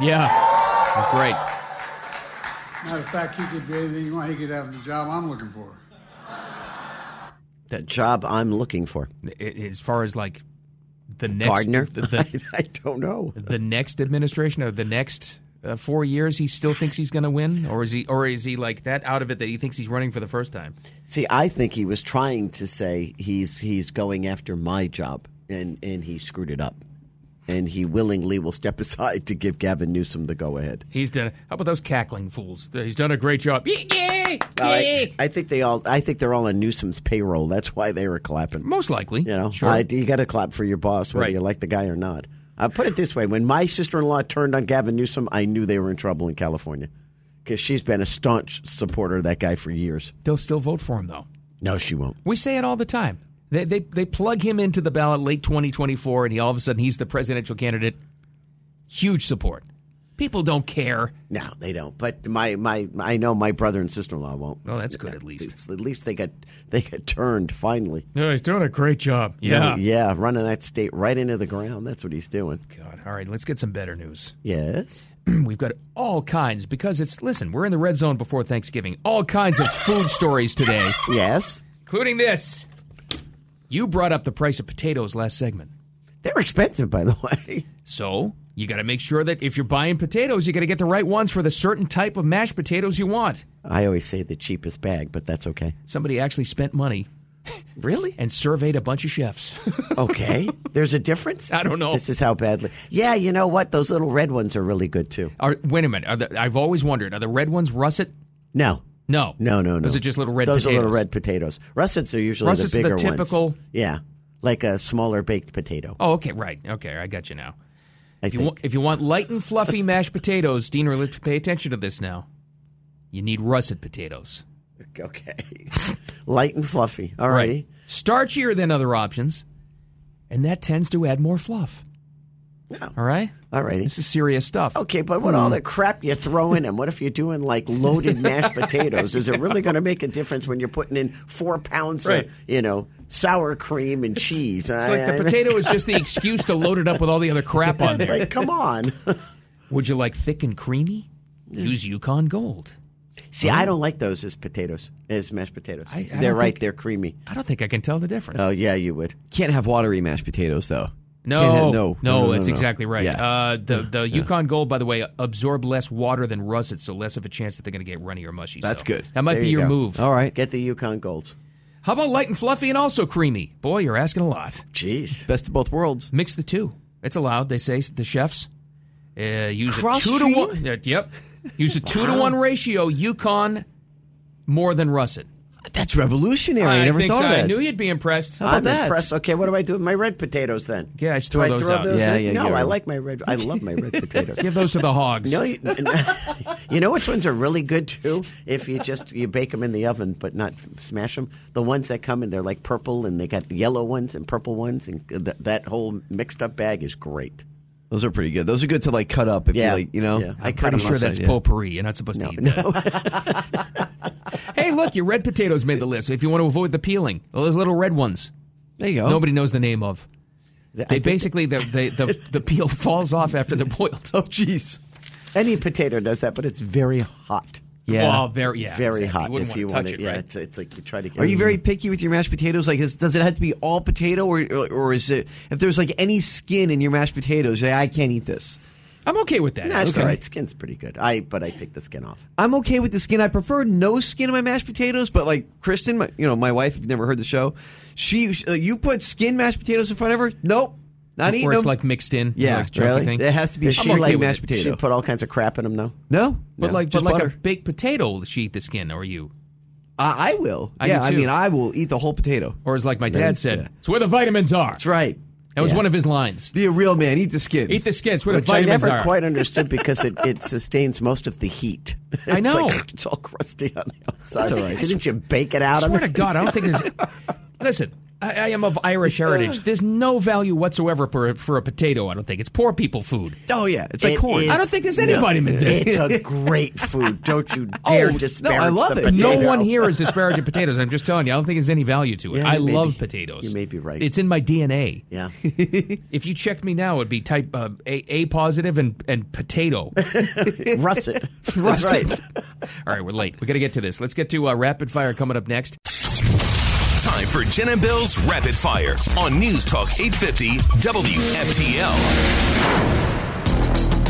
[SPEAKER 3] Yeah, that's great.
[SPEAKER 10] Matter of fact, he could be anything you want. He could have the job I'm looking for.
[SPEAKER 4] That job I'm looking for,
[SPEAKER 3] I- As far as like the next
[SPEAKER 4] Gardner.
[SPEAKER 3] the, the,
[SPEAKER 4] I, I don't know.
[SPEAKER 3] the next administration or the next uh, four years, he still thinks he's going to win, or is he, or is he like that out of it that he thinks he's running for the first time?
[SPEAKER 4] See, I think he was trying to say he's he's going after my job, and and he screwed it up, and he willingly will step aside to give Gavin Newsom the go ahead.
[SPEAKER 3] He's done. How about those cackling fools? Uh, He's done a great job. Yay! Yay!
[SPEAKER 4] I, I think they all. I think they're all on Newsom's payroll. That's why they were clapping.
[SPEAKER 3] Most likely,
[SPEAKER 4] You know,
[SPEAKER 3] Sure.
[SPEAKER 4] I, you got to clap for your boss, whether
[SPEAKER 3] Right.
[SPEAKER 4] you like the guy or not. I put it this way: when my sister-in-law turned on Gavin Newsom, I knew they were in trouble in California because she's been a staunch supporter of that guy for years.
[SPEAKER 3] They'll still vote for him though.
[SPEAKER 4] No, she won't.
[SPEAKER 3] We say it all the time. They, they, they plug him into the ballot late 2024, and he all of a sudden he's the presidential candidate. Huge support. People don't care.
[SPEAKER 4] No, they don't. But my, my I know my brother and sister-in-law won't.
[SPEAKER 3] Oh, that's good at least.
[SPEAKER 4] It's- at least they got they got turned finally.
[SPEAKER 3] No, he's doing a great job.
[SPEAKER 4] No, yeah, running that state right into the ground. That's what he's doing.
[SPEAKER 3] God. All right, let's get some better news.
[SPEAKER 4] Yes.
[SPEAKER 3] We've got all kinds because it's, listen, we're in the red zone before Thanksgiving. All kinds of food stories today,
[SPEAKER 4] Yes.
[SPEAKER 3] including this. You brought up the price of potatoes last segment.
[SPEAKER 4] They're expensive, by the way.
[SPEAKER 3] So you got to make sure that if you're buying potatoes, you got to get the right ones for the certain type of mashed potatoes you want.
[SPEAKER 4] I always say the cheapest bag, but that's okay.
[SPEAKER 3] Somebody actually spent money
[SPEAKER 4] Really?
[SPEAKER 3] and surveyed a bunch of chefs.
[SPEAKER 4] Okay. There's a difference?
[SPEAKER 3] I don't know.
[SPEAKER 4] This is how badly. Yeah, you know what? Those little red ones are really good too.
[SPEAKER 3] are, wait a minute. Are the, I've always wondered: Are the red ones russet?
[SPEAKER 4] No.
[SPEAKER 3] No,
[SPEAKER 4] No, no, no.
[SPEAKER 3] Those are just little red.
[SPEAKER 4] Those
[SPEAKER 3] potatoes.
[SPEAKER 4] are little red potatoes. Russets are usually
[SPEAKER 3] Russets
[SPEAKER 4] the
[SPEAKER 3] are the
[SPEAKER 4] bigger ones.
[SPEAKER 3] typical-
[SPEAKER 4] Yeah. Like a smaller baked potato.
[SPEAKER 3] Oh, okay, right. Okay, I got you now.
[SPEAKER 4] I
[SPEAKER 3] If you
[SPEAKER 4] think.
[SPEAKER 3] want, if you want light and fluffy mashed potatoes, Dean, or let's pay attention to this now. You need russet potatoes.
[SPEAKER 4] Okay. Light and fluffy. All righty.
[SPEAKER 3] starchier than other options, and that tends to add more fluff.
[SPEAKER 4] No.
[SPEAKER 3] All right,
[SPEAKER 4] All righty.
[SPEAKER 3] this is serious stuff.
[SPEAKER 4] Okay, but what all
[SPEAKER 3] hmm.
[SPEAKER 4] the crap you throw in them? What if you're doing like loaded mashed potatoes? Is it really going to make a difference when you're putting in four pounds
[SPEAKER 3] Right.
[SPEAKER 4] of you know sour cream and cheese?
[SPEAKER 3] It's like the potato is just the excuse to load it up with all the other crap on there.
[SPEAKER 4] Like, come on.
[SPEAKER 3] Would you like thick and creamy? Use Yukon Gold.
[SPEAKER 4] See, I don't like those as potatoes, as mashed potatoes.
[SPEAKER 3] I- I don't
[SPEAKER 4] they're right.
[SPEAKER 3] think-
[SPEAKER 4] They're creamy.
[SPEAKER 3] I don't think I can tell the difference.
[SPEAKER 4] Oh yeah, you would.
[SPEAKER 8] Can't have watery mashed potatoes though. Can't
[SPEAKER 3] no,
[SPEAKER 8] have-
[SPEAKER 3] no,
[SPEAKER 8] no, no, no,
[SPEAKER 3] it's
[SPEAKER 8] no.
[SPEAKER 3] exactly right.
[SPEAKER 8] Yeah.
[SPEAKER 3] Uh, the the Yukon Gold, by the way, absorb less water than russet, so less of a chance that they're going to get runny or mushy.
[SPEAKER 8] That's
[SPEAKER 3] So
[SPEAKER 8] good.
[SPEAKER 3] That might
[SPEAKER 4] There
[SPEAKER 3] be
[SPEAKER 4] you
[SPEAKER 3] your
[SPEAKER 4] go.
[SPEAKER 3] move.
[SPEAKER 8] All right.
[SPEAKER 4] Get the Yukon Golds.
[SPEAKER 3] How about light and fluffy and also creamy? Boy, you're asking a lot.
[SPEAKER 4] Jeez.
[SPEAKER 8] Best of both worlds.
[SPEAKER 3] Mix the two. It's allowed. They say the chefs uh, use
[SPEAKER 4] Cross
[SPEAKER 3] a two
[SPEAKER 4] stream?
[SPEAKER 3] to one. uh, yep, use a two to one ratio. Yukon more than russet.
[SPEAKER 8] That's revolutionary. I, never
[SPEAKER 3] think
[SPEAKER 8] thought
[SPEAKER 3] so.
[SPEAKER 8] of that.
[SPEAKER 3] I knew you'd be impressed.
[SPEAKER 8] about
[SPEAKER 4] I'm
[SPEAKER 8] that?
[SPEAKER 4] impressed. Okay, what do I do with my red potatoes then?
[SPEAKER 3] Yeah, I just
[SPEAKER 4] Do
[SPEAKER 3] throw
[SPEAKER 4] I
[SPEAKER 3] those
[SPEAKER 4] throw
[SPEAKER 3] out.
[SPEAKER 4] Those
[SPEAKER 8] Yeah,
[SPEAKER 4] in?
[SPEAKER 8] yeah,
[SPEAKER 4] no,
[SPEAKER 8] yeah.
[SPEAKER 4] I like my red. I love my red potatoes.
[SPEAKER 3] Give those to the hogs.
[SPEAKER 4] No, you, you know which ones are really good too? If you just you bake them in the oven, but not smash them. The ones that come in, they're like purple, and they got yellow ones and purple ones, and th- that whole mixed up bag is great.
[SPEAKER 8] Those are pretty good. Those are good to like cut up if
[SPEAKER 4] Yeah.
[SPEAKER 8] you like, you know.
[SPEAKER 4] Yeah. I
[SPEAKER 3] I'm
[SPEAKER 4] cut
[SPEAKER 3] pretty
[SPEAKER 4] them
[SPEAKER 3] sure
[SPEAKER 4] up.
[SPEAKER 3] that's
[SPEAKER 8] yeah.
[SPEAKER 3] potpourri. You're not supposed to eat that. hey, look, your red potatoes made the list. If you want to avoid the peeling, those little red ones
[SPEAKER 8] There you go.
[SPEAKER 3] nobody knows the name of. They basically the, the the the peel falls off after they're boiled.
[SPEAKER 8] Oh, jeez.
[SPEAKER 4] Any potato does that, but it's very hot.
[SPEAKER 8] Yeah.
[SPEAKER 3] Oh, very yeah,
[SPEAKER 4] very
[SPEAKER 3] exactly.
[SPEAKER 4] hot.
[SPEAKER 3] You wouldn't
[SPEAKER 4] if you
[SPEAKER 3] want
[SPEAKER 4] want
[SPEAKER 3] to touch
[SPEAKER 4] it,
[SPEAKER 3] it,
[SPEAKER 4] yeah,
[SPEAKER 3] right?
[SPEAKER 4] it's, it's like you try to get.
[SPEAKER 8] Are you very picky with your mashed potatoes? Like, is, does it have to be all potato, or, or or is it if there's like any skin in your mashed potatoes? Say, I can't eat this.
[SPEAKER 3] I'm okay with that.
[SPEAKER 4] That's
[SPEAKER 3] Okay.
[SPEAKER 4] all right. Skin's pretty good. I but I take the skin off.
[SPEAKER 8] I'm okay with the skin. I prefer no skin in my mashed potatoes, but like Kristen, my, you know, my wife, if you've never heard the show, she, she- uh, you put skin mashed potatoes in front of her? Nope. Not eating
[SPEAKER 3] Where it's
[SPEAKER 8] them.
[SPEAKER 3] like mixed in.
[SPEAKER 8] Yeah,
[SPEAKER 3] like chunky
[SPEAKER 8] really?
[SPEAKER 3] Thing.
[SPEAKER 8] It has to be
[SPEAKER 4] Does
[SPEAKER 8] strictly
[SPEAKER 4] like-
[SPEAKER 8] mashed potato.
[SPEAKER 4] She put all kinds of crap in them though.
[SPEAKER 8] no.
[SPEAKER 3] But
[SPEAKER 8] No.
[SPEAKER 3] like, but
[SPEAKER 8] Just
[SPEAKER 3] like a
[SPEAKER 8] butter.
[SPEAKER 3] baked potato, does she eat the skin, or you,
[SPEAKER 8] I, I will.
[SPEAKER 3] I do
[SPEAKER 8] yeah, I
[SPEAKER 3] too.
[SPEAKER 8] mean, I will eat the whole potato.
[SPEAKER 3] or as like my dad said,
[SPEAKER 8] yeah.
[SPEAKER 3] it's where the vitamins are.
[SPEAKER 8] That's right.
[SPEAKER 3] That was
[SPEAKER 8] Yeah.
[SPEAKER 3] one of his lines.
[SPEAKER 8] Be a real man. Eat the skin.
[SPEAKER 3] Eat the skin. It's where
[SPEAKER 4] Which
[SPEAKER 3] the
[SPEAKER 4] I
[SPEAKER 3] vitamins
[SPEAKER 4] never
[SPEAKER 3] are.
[SPEAKER 4] quite understood because it, it sustains most of the heat. It's
[SPEAKER 3] I know.
[SPEAKER 4] like, it's all crusty on the outside.
[SPEAKER 8] all right.
[SPEAKER 4] Didn't you bake it out
[SPEAKER 3] I
[SPEAKER 4] of
[SPEAKER 3] swear to
[SPEAKER 4] it?
[SPEAKER 3] God, I don't think there's. Listen, I, I am of Irish heritage. There's no value whatsoever for, for a potato. I don't think it's poor people food.
[SPEAKER 8] oh yeah, it's like
[SPEAKER 4] It
[SPEAKER 8] corn.
[SPEAKER 4] is-
[SPEAKER 3] I don't think there's any vitamins in it.
[SPEAKER 4] It's a great food. Don't you
[SPEAKER 8] Oh,
[SPEAKER 4] dare
[SPEAKER 8] no, I
[SPEAKER 4] disparage
[SPEAKER 8] love
[SPEAKER 4] the
[SPEAKER 8] it.
[SPEAKER 3] No
[SPEAKER 4] potato.
[SPEAKER 3] one here is disparaging potatoes. I'm just telling you, I don't think there's any value to it.
[SPEAKER 4] Yeah,
[SPEAKER 3] I
[SPEAKER 4] you may
[SPEAKER 3] love
[SPEAKER 4] be-
[SPEAKER 3] potatoes.
[SPEAKER 4] you may be right.
[SPEAKER 3] It's in my DNA.
[SPEAKER 4] Yeah.
[SPEAKER 3] If you checked me now, it'd be type uh, a, a positive and, and potato.
[SPEAKER 4] Russet. That's
[SPEAKER 3] Russet.
[SPEAKER 4] right.
[SPEAKER 3] All right, we're late. we got to get to this. Let's get to uh, rapid fire coming up next.
[SPEAKER 1] Time for Jen and Bill's Rapid Fire on News Talk 850 WFTL.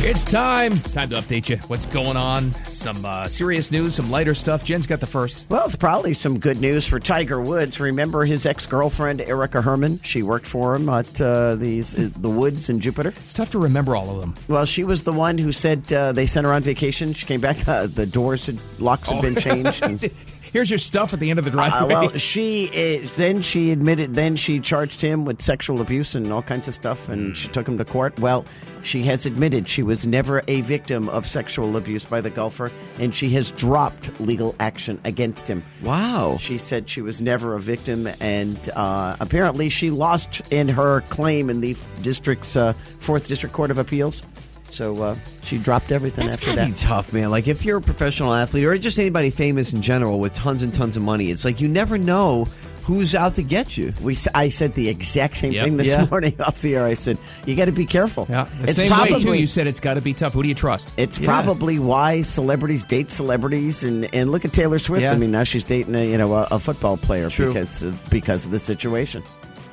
[SPEAKER 3] It's time. Time to update you. What's going on? Some uh, serious news, some lighter stuff. Jen's got the first.
[SPEAKER 4] Well, it's probably some good news for Tiger Woods. Remember his ex girlfriend, Erica Herman? She worked for him at uh, these, uh, the Woods in Jupiter.
[SPEAKER 3] It's tough to remember all of them.
[SPEAKER 4] Well, she was the one who said uh, they sent her on vacation. She came back, uh, the doors had, locks had been changed. and-
[SPEAKER 3] Here's your stuff at the end of the
[SPEAKER 4] Uh,
[SPEAKER 3] driveway.
[SPEAKER 4] well, she uh, then she admitted, then she charged him with sexual abuse and all kinds of stuff, and she took him to court. Well, she has admitted she was never a victim of sexual abuse by the golfer, and she has dropped legal action against him.
[SPEAKER 8] Wow.
[SPEAKER 4] She said she was never a victim, and uh, apparently she lost in her claim in the district's uh, fourth district court of appeals. So uh, she dropped everything
[SPEAKER 8] That's
[SPEAKER 4] after
[SPEAKER 8] gotta be
[SPEAKER 4] that.
[SPEAKER 8] tough, man. Like if you're a professional athlete or just anybody famous in general with tons and tons of money, it's like you never know who's out to get you.
[SPEAKER 4] We, s- I said the exact same
[SPEAKER 3] Yep.
[SPEAKER 4] thing this
[SPEAKER 8] Yeah.
[SPEAKER 4] morning off the air. I said you got to be careful.
[SPEAKER 3] yeah, the same way too. You said it's got to be tough. Who do you trust?
[SPEAKER 4] It's
[SPEAKER 8] Yeah.
[SPEAKER 4] probably why celebrities date celebrities, and, and look at Taylor Swift.
[SPEAKER 8] Yeah.
[SPEAKER 4] I mean, now she's dating a, you know a, a football player
[SPEAKER 8] True.
[SPEAKER 4] because of, because of the situation.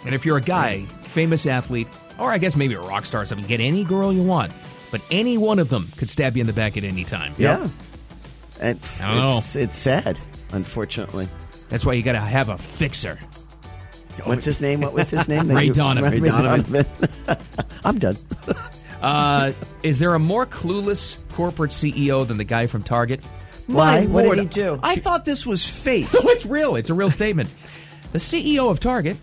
[SPEAKER 3] And if you're a guy, famous athlete, or I guess maybe a rock star or something, get any girl you want, but any one of them could stab you in the back at any time.
[SPEAKER 4] Yeah, it's
[SPEAKER 3] I don't know.
[SPEAKER 4] it's, it's sad, unfortunately.
[SPEAKER 3] That's why you got to have a fixer.
[SPEAKER 4] What's his name? What was his name? that
[SPEAKER 3] Ray
[SPEAKER 4] you-
[SPEAKER 3] Donovan.
[SPEAKER 4] Ray
[SPEAKER 3] Ray
[SPEAKER 4] Donovan. I'm done.
[SPEAKER 3] Uh, is there a more clueless corporate CEO than the guy from Target?
[SPEAKER 4] Why?
[SPEAKER 8] My
[SPEAKER 4] What
[SPEAKER 8] lord,
[SPEAKER 4] did he do?
[SPEAKER 8] I thought this was fake.
[SPEAKER 3] No, it's real. It's a real statement. The CEO of Target,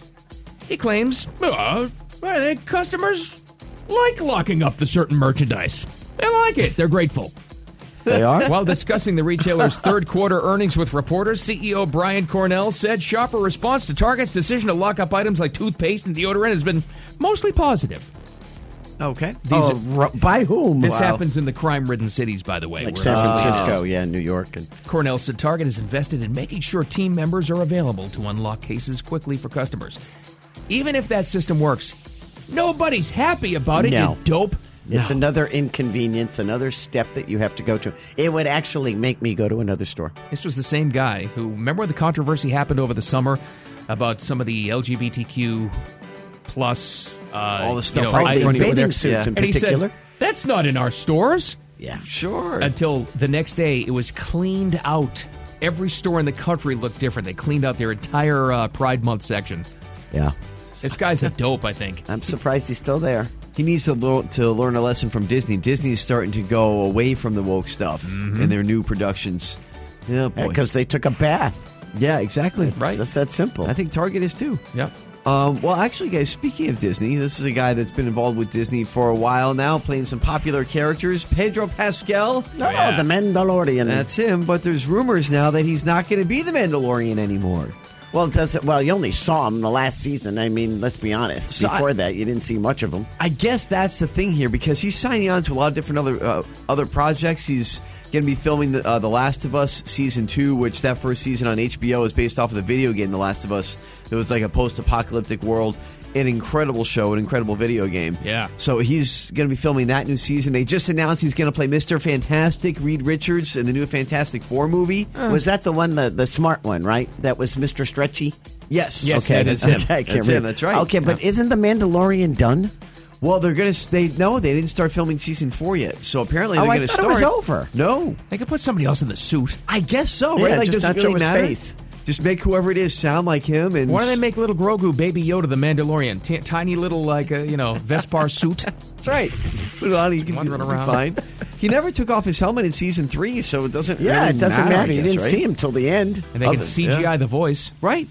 [SPEAKER 3] he claims, uh, I think customers like locking up the certain merchandise. They like it. They're grateful.
[SPEAKER 4] They are.
[SPEAKER 3] While discussing the retailer's third quarter earnings with reporters, CEO Brian Cornell said shopper response to Target's decision to lock up items like toothpaste and deodorant has been mostly positive.
[SPEAKER 8] okay.
[SPEAKER 4] oh, ro- by whom?
[SPEAKER 3] This
[SPEAKER 4] Wow.
[SPEAKER 3] happens in the crime-ridden cities, by the way.
[SPEAKER 4] Like
[SPEAKER 3] where- uh,
[SPEAKER 4] San Francisco, yeah, New York, and
[SPEAKER 3] Cornell said Target is invested in making sure team members are available to unlock cases quickly for customers. Even if that system works, nobody's happy about it,
[SPEAKER 4] No.
[SPEAKER 3] you dope.
[SPEAKER 4] it's another inconvenience, another step that you have to go to. It would actually make me go to another store.
[SPEAKER 3] This was the same guy who, remember when the controversy happened over the summer about some of the LGBTQ plus uh,
[SPEAKER 8] All the stuff
[SPEAKER 3] you know,
[SPEAKER 8] like
[SPEAKER 4] Oh,
[SPEAKER 8] the
[SPEAKER 3] items over
[SPEAKER 8] bathing
[SPEAKER 3] there?
[SPEAKER 4] suits
[SPEAKER 8] Yeah.
[SPEAKER 4] in
[SPEAKER 3] and he
[SPEAKER 4] particular.
[SPEAKER 3] said, "That's not in our stores."
[SPEAKER 4] Yeah.
[SPEAKER 8] Sure.
[SPEAKER 3] Until the next day, it was cleaned out. Every store in the country looked different. They cleaned out their entire uh, Pride Month section.
[SPEAKER 4] Yeah.
[SPEAKER 3] This guy's a dope, I think.
[SPEAKER 4] I'm surprised he's still there.
[SPEAKER 8] he needs to, lo- to learn a lesson from Disney. Disney is starting to go away from the woke stuff
[SPEAKER 4] Mm-hmm.
[SPEAKER 8] in their new productions. Yeah, boy.
[SPEAKER 4] Because they took a bath.
[SPEAKER 8] yeah, exactly.
[SPEAKER 4] It's just that simple.
[SPEAKER 8] I think Target is too.
[SPEAKER 3] Yep.
[SPEAKER 8] Um, well, actually, guys, speaking of Disney, this is a guy that's been involved with Disney for a while now, playing some popular characters. Pedro Pascal.
[SPEAKER 4] no, the Mandalorian.
[SPEAKER 8] That's him, but there's rumors now that he's not going to be the Mandalorian anymore.
[SPEAKER 4] well, does it, well, you only saw him the last season. I mean, let's be honest.
[SPEAKER 8] So I-
[SPEAKER 4] Before that, you didn't see much of him.
[SPEAKER 8] I guess that's the thing here because he's signing on to a lot of different other uh, other projects. He's going to be filming the, uh, the Last of Us season two, which that first season on HBO is based off of the video game The Last of Us. It was like a post apocalyptic world, an incredible show, an incredible video game.
[SPEAKER 3] Yeah.
[SPEAKER 8] So he's going to be filming that new season. They just announced he's going to play Mr. Fantastic, Reed Richards, in the new Fantastic Four movie.
[SPEAKER 4] Was that the one, the, the smart one, right? That was Mr. Stretchy?
[SPEAKER 8] Yes.
[SPEAKER 3] Yes, that is him.
[SPEAKER 4] Okay, I can't
[SPEAKER 8] That's
[SPEAKER 4] remember.
[SPEAKER 8] him, that's right.
[SPEAKER 4] Okay, but isn't The Mandalorian done?
[SPEAKER 8] Well, they're going to. They no, they didn't start filming season four yet. So apparently
[SPEAKER 4] Oh,
[SPEAKER 8] they're
[SPEAKER 4] I
[SPEAKER 8] going to
[SPEAKER 4] thought
[SPEAKER 8] start.
[SPEAKER 4] it was over.
[SPEAKER 8] No,
[SPEAKER 3] They could put somebody else in the suit.
[SPEAKER 8] I guess so.
[SPEAKER 4] Yeah,
[SPEAKER 8] right? Like,
[SPEAKER 4] just not
[SPEAKER 8] does it really
[SPEAKER 4] show his
[SPEAKER 8] matter?
[SPEAKER 4] face.
[SPEAKER 8] Just make whoever it is sound like him. And
[SPEAKER 3] Why don't they make little Grogu, Baby Yoda, the Mandalorian, Ti- tiny little like uh, you know Vespar suit?
[SPEAKER 8] That's right. Put it on. He can
[SPEAKER 3] Wandering
[SPEAKER 8] be
[SPEAKER 3] around.
[SPEAKER 8] fine. He never took off his helmet in season three, so it doesn't.
[SPEAKER 4] Yeah,
[SPEAKER 8] really
[SPEAKER 4] it doesn't matter.
[SPEAKER 8] I
[SPEAKER 4] you
[SPEAKER 8] guess,
[SPEAKER 4] didn't
[SPEAKER 8] right?
[SPEAKER 4] see him till the end.
[SPEAKER 3] And they can
[SPEAKER 8] Other-
[SPEAKER 3] CGI
[SPEAKER 8] yeah.
[SPEAKER 3] the voice.
[SPEAKER 8] Right.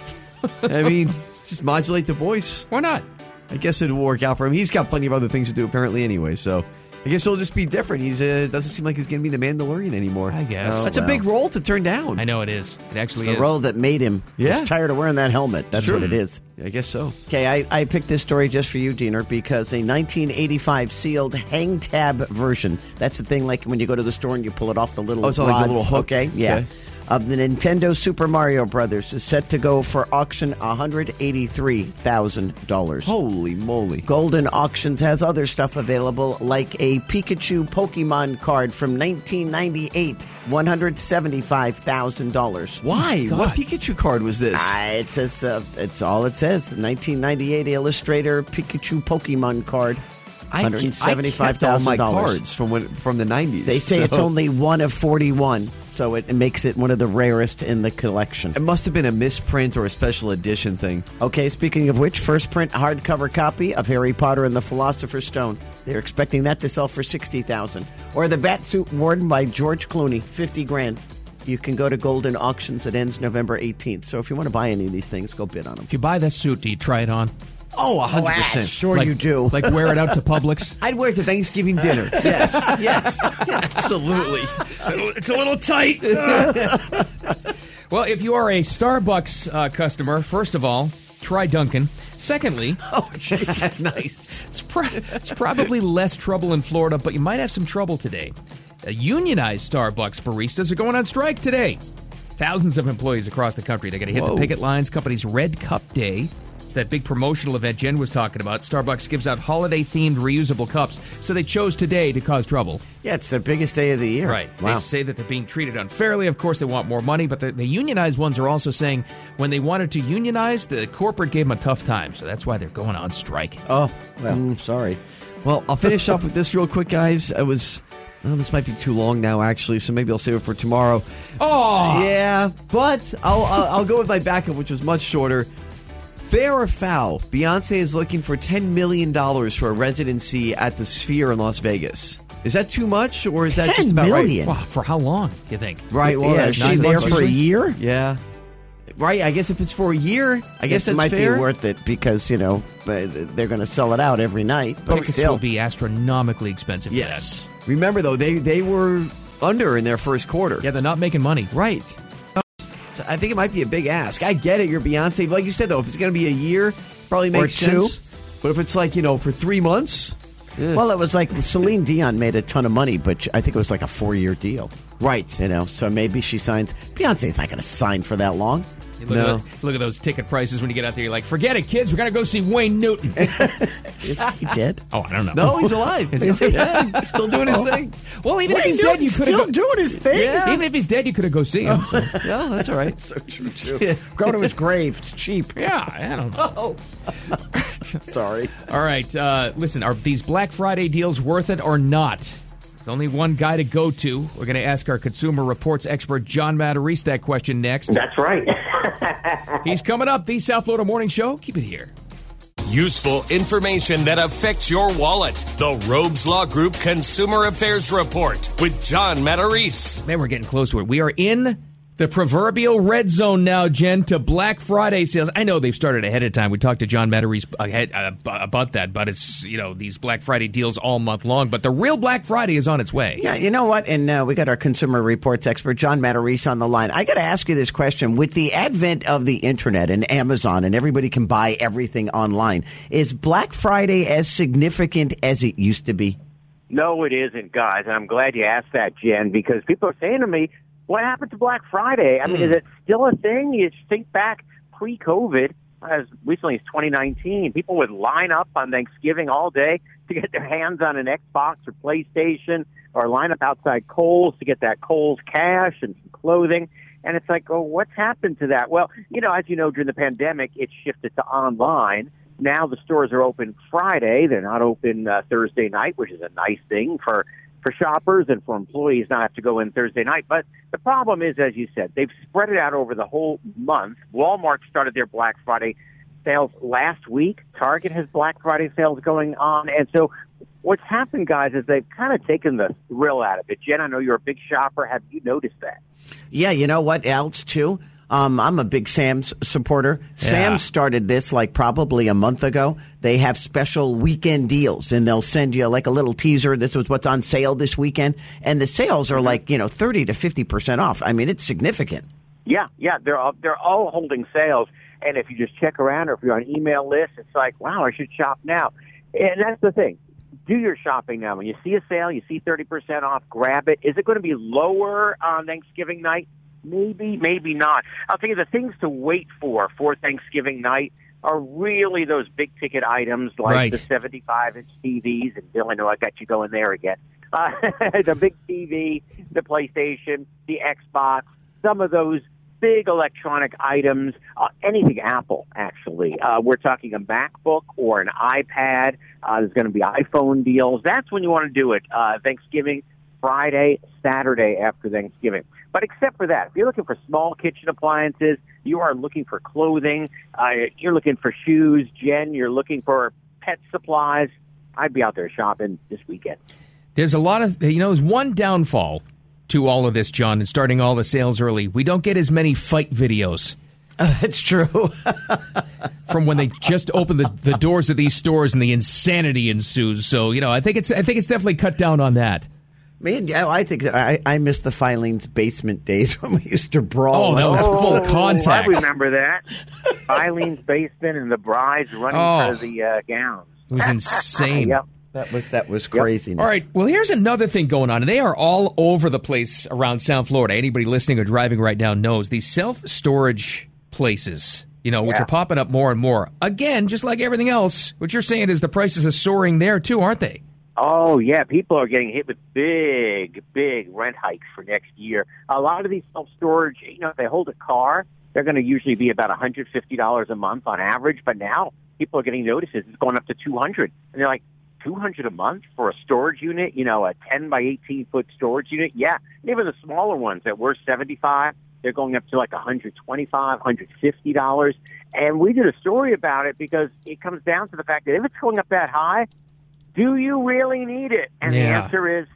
[SPEAKER 8] I mean, just modulate the voice.
[SPEAKER 3] Why not?
[SPEAKER 8] I guess it'll work out for him. He's got plenty of other things to do apparently anyway, so I guess it'll just be different. He's uh, doesn't seem like he's going to be the Mandalorian anymore. Oh,
[SPEAKER 3] I guess.
[SPEAKER 8] That's a
[SPEAKER 4] well.
[SPEAKER 8] big role to turn down.
[SPEAKER 3] I know it is. It actually
[SPEAKER 4] the
[SPEAKER 3] is.
[SPEAKER 4] role that made him.
[SPEAKER 8] Yeah.
[SPEAKER 4] He's tired of wearing that helmet. That's
[SPEAKER 8] Sure.
[SPEAKER 4] what it is.
[SPEAKER 8] I guess so.
[SPEAKER 4] Okay, I, I picked this story just for you, Diener, because a 1985 sealed hang tab version. That's the thing, like when you go to the store and you pull it off the little.
[SPEAKER 8] Oh, it's like the
[SPEAKER 4] rods,
[SPEAKER 8] little hook.
[SPEAKER 4] Okay, yeah.
[SPEAKER 8] Okay.
[SPEAKER 4] Of the Nintendo Super Mario Brothers is set to go for auction, $183,000.
[SPEAKER 8] Holy moly.
[SPEAKER 4] Golden Auctions has other stuff available, like a Pikachu Pokemon card from 1998, $175,000.
[SPEAKER 8] Why?
[SPEAKER 3] God.
[SPEAKER 8] What Pikachu card was this?
[SPEAKER 4] Ah, it says the it's all it says. 1998 Illustrator Pikachu Pokemon card.
[SPEAKER 8] I ke- I kept all my cards from when, from the 90s.
[SPEAKER 4] They say it's
[SPEAKER 8] so
[SPEAKER 4] only one of 41, so it, it makes it one of the rarest in the collection.
[SPEAKER 8] It must have been a misprint or a special edition thing.
[SPEAKER 4] Okay, speaking of which, first print hardcover copy of Harry Potter and the Philosopher's Stone. They're expecting that to sell for 60,000. Or the Batsuit worn by George Clooney, 50 grand. You can go to Golden Auctions. It ends November 18th. So if you want to buy any of these things, go bid on them.
[SPEAKER 3] If you buy that suit, do you try it on?
[SPEAKER 8] Oh, 100%.
[SPEAKER 4] Sure
[SPEAKER 3] Like-
[SPEAKER 4] you do.
[SPEAKER 3] Like wear it out to Publix.
[SPEAKER 8] I'd wear it to Thanksgiving dinner. yes, yes, absolutely.
[SPEAKER 3] it's a little tight. well, if you are a Starbucks uh, customer, first of all, try Dunkin'. Secondly,
[SPEAKER 8] Oh, That's nice.
[SPEAKER 3] It's, pro- it's probably less trouble in Florida, but you might have some trouble today. Uh, unionized Starbucks baristas are going on strike today. Thousands of employees across the country. They're going to hit the picket lines. Company's Red Cup Day. It's that big promotional event Jen was talking about. Starbucks gives out holiday themed reusable cups, so they chose today to cause trouble.
[SPEAKER 4] Yeah, it's the biggest day of the year.
[SPEAKER 3] Right.
[SPEAKER 4] Wow.
[SPEAKER 3] They say that they're being treated unfairly. Of course, they want more money, but the, the unionized ones are also saying when they wanted to unionize, the corporate gave them a tough time. So that's why they're going on strike.
[SPEAKER 4] Oh, well,
[SPEAKER 8] Mm,
[SPEAKER 4] sorry.
[SPEAKER 8] Well, I'll finish off with this real quick, guys. I was. Oh, this might be too long now, actually. So maybe I'll save it for tomorrow.
[SPEAKER 3] Oh,
[SPEAKER 8] Yeah, but I'll, I'll I'll go with my backup, which was much shorter. Fair or foul? Beyonce is looking for ten million dollars for a residency at the Sphere in Las Vegas. Is that too much, or is that just about
[SPEAKER 4] million?
[SPEAKER 3] Wow, for how long, you think?
[SPEAKER 8] right? Right. Well,
[SPEAKER 4] yeah,
[SPEAKER 8] uh,
[SPEAKER 4] is she
[SPEAKER 8] nine
[SPEAKER 4] there
[SPEAKER 8] months
[SPEAKER 4] for a
[SPEAKER 8] usually.
[SPEAKER 4] year?
[SPEAKER 8] Yeah. Right. I guess if it's for a year, I guess
[SPEAKER 4] it
[SPEAKER 8] that's
[SPEAKER 4] might
[SPEAKER 8] fair.
[SPEAKER 4] be worth it because you know uh, they're going to sell it out every night. But
[SPEAKER 3] Tickets
[SPEAKER 4] still,
[SPEAKER 3] will be astronomically expensive. for
[SPEAKER 8] yes. Remember though, they they were under in their first quarter.
[SPEAKER 3] that. Yeah, they're not making money.
[SPEAKER 8] Right. So I think it might be a big ask. I get it. You're Beyonce. Like you said, though, if it's going to be a year, probably makes
[SPEAKER 4] two.
[SPEAKER 8] sense. But if it's like, you know, for three months.
[SPEAKER 4] well, it was like Celine Dion made a ton of money, but I think it was like a four-year deal.
[SPEAKER 8] Right.
[SPEAKER 4] You know, so maybe she signs. Beyonce's not going to sign for that long.
[SPEAKER 3] You Look,
[SPEAKER 8] No.
[SPEAKER 3] at, those- look at those ticket prices when you get out there. You're like, forget it, kids. We're going to go see Wayne Newton.
[SPEAKER 4] He did.
[SPEAKER 3] oh, I don't know.
[SPEAKER 8] No, he's alive.
[SPEAKER 3] Is he alive?
[SPEAKER 8] Yeah, he's still doing his thing.
[SPEAKER 3] Well, even if he's dead, you could
[SPEAKER 4] still
[SPEAKER 3] have.
[SPEAKER 4] doing his thing.
[SPEAKER 8] Yeah. Oh.
[SPEAKER 3] Even if he's dead, you could have go see him. So,
[SPEAKER 8] Yeah, that's all right. so true, true.
[SPEAKER 4] Go to his grave. It's cheap.
[SPEAKER 3] yeah, I don't know.
[SPEAKER 4] Sorry.
[SPEAKER 3] All right, uh, listen. Are these Black Friday deals worth it or not? There's only one guy to go to. We're going to ask our consumer reports expert John Matarese that question next.
[SPEAKER 11] That's right.
[SPEAKER 3] He's coming up. The South Florida Morning Show. Keep it here.
[SPEAKER 12] Useful information that affects your wallet. The Robes Law Group Consumer Affairs Report with John Matarese.
[SPEAKER 3] Man, we're getting close to it. We are in the proverbial red zone now, Jen, to Black Friday sales. I know they've started ahead of time. We talked to John Matteries ahead uh, ab- about that, but it's you know these Black Friday deals all month long. But the real Black Friday is on its way.
[SPEAKER 4] Yeah, you know what? And uh, we got our consumer reports expert, John Matarese, on the line. I got to ask you this question. With the advent of the internet and Amazon and everybody can buy everything online, is Black Friday as significant as it used to be?
[SPEAKER 11] no, it isn't, guys. And I'm glad you asked that, Jen, because people are saying to me, what happened to Black Friday? I mean, is it still a thing? You think back pre COVID
[SPEAKER 8] as recently as 2019. People would line up on Thanksgiving all day to get their hands on an Xbox or PlayStation, or line up outside Kohl's to get that Kohl's cash and some clothing. And it's like, oh, what's happened to that? Well, you know, as you know, during the pandemic, it shifted to online. Now the stores are open Friday. They're not open uh, Thursday night, which is a nice thing for for shoppers and for employees not have to go in Thursday night. But the problem is, as you said, they've spread it out over the whole month. Walmart started their Black Friday sales last week. Target has Black Friday sales going on. And so what's happened, guys, is they've kind of taken the thrill out of it. Jen, I know you're a big shopper. Have you noticed that?
[SPEAKER 4] Yeah, you know what else too? Um, I'm a big Sam's supporter. Sam started this like probably a month ago. They have special weekend deals and they'll send you like a little teaser. This was what's on sale this weekend. And the sales are like, you know, 30 to 50% off. I mean, it's significant.
[SPEAKER 8] Yeah, yeah, they're all, they're all holding sales, and if you just check around or if you're on email list, it's like, wow, I should shop now. And that's the thing. Do your shopping now. When you see a sale, you see 30% off, grab it. Is it going to be lower on Thanksgiving night? Maybe, maybe not. I'll tell you the things to wait for for Thanksgiving night are really those big ticket items like
[SPEAKER 13] Right.
[SPEAKER 8] the 75 inch TVs. And Bill, I know I got you going there again. Uh, the big TV, the PlayStation, the Xbox, some of those big electronic items, uh, anything Apple, actually. Uh, we're talking a MacBook or an iPad. Uh, there's going to be iPhone deals. That's when you want to do it. Uh, Thanksgiving, Friday, Saturday after Thanksgiving. But except for that, if you're looking for small kitchen appliances, you are looking for clothing, uh, you're looking for shoes, Jen, you're looking for pet supplies, I'd be out there shopping this weekend.
[SPEAKER 3] There's a lot of, you know, there's one downfall to all of this, John, and starting all the sales early. We don't get as many fight videos.
[SPEAKER 4] That's true.
[SPEAKER 3] from when they just opened the, the doors of these stores and the insanity ensues. So, you know, I think it's I think it's definitely cut down on that.
[SPEAKER 4] Man, yeah, I think I, I miss the filings basement days when we used to brawl.
[SPEAKER 3] Oh, that was full
[SPEAKER 8] I remember that. Eileen's basement and the brides running
[SPEAKER 4] Oh.
[SPEAKER 8] for the uh, gowns.
[SPEAKER 3] It was insane.
[SPEAKER 8] Yep.
[SPEAKER 4] That was that was craziness.
[SPEAKER 3] All right. Well, here's another thing going on, and they are all over the place around South Florida. Anybody listening or driving right now knows these self storage places, you know, which
[SPEAKER 14] Yeah.
[SPEAKER 3] are popping up more and more. Again, just like everything else, what you're saying is the prices are soaring there too, aren't they?
[SPEAKER 8] Oh yeah, people are getting hit with big, big rent hikes for next year. A lot of these self storage, you know, if they hold a car, they're going to usually be about hundred fifty dollars a month on average. But now people are getting notices it's going up to two hundred, and they're like, two hundred a month for a storage unit, you know, a ten by eighteen foot storage unit. Yeah, and even the smaller ones that were seventy five, they're going up to like one hundred twenty five, hundred fifty dollars. And we did a story about it because it comes down to the fact that if it's going up that high, do you really need it? And
[SPEAKER 15] Yeah.
[SPEAKER 8] the answer is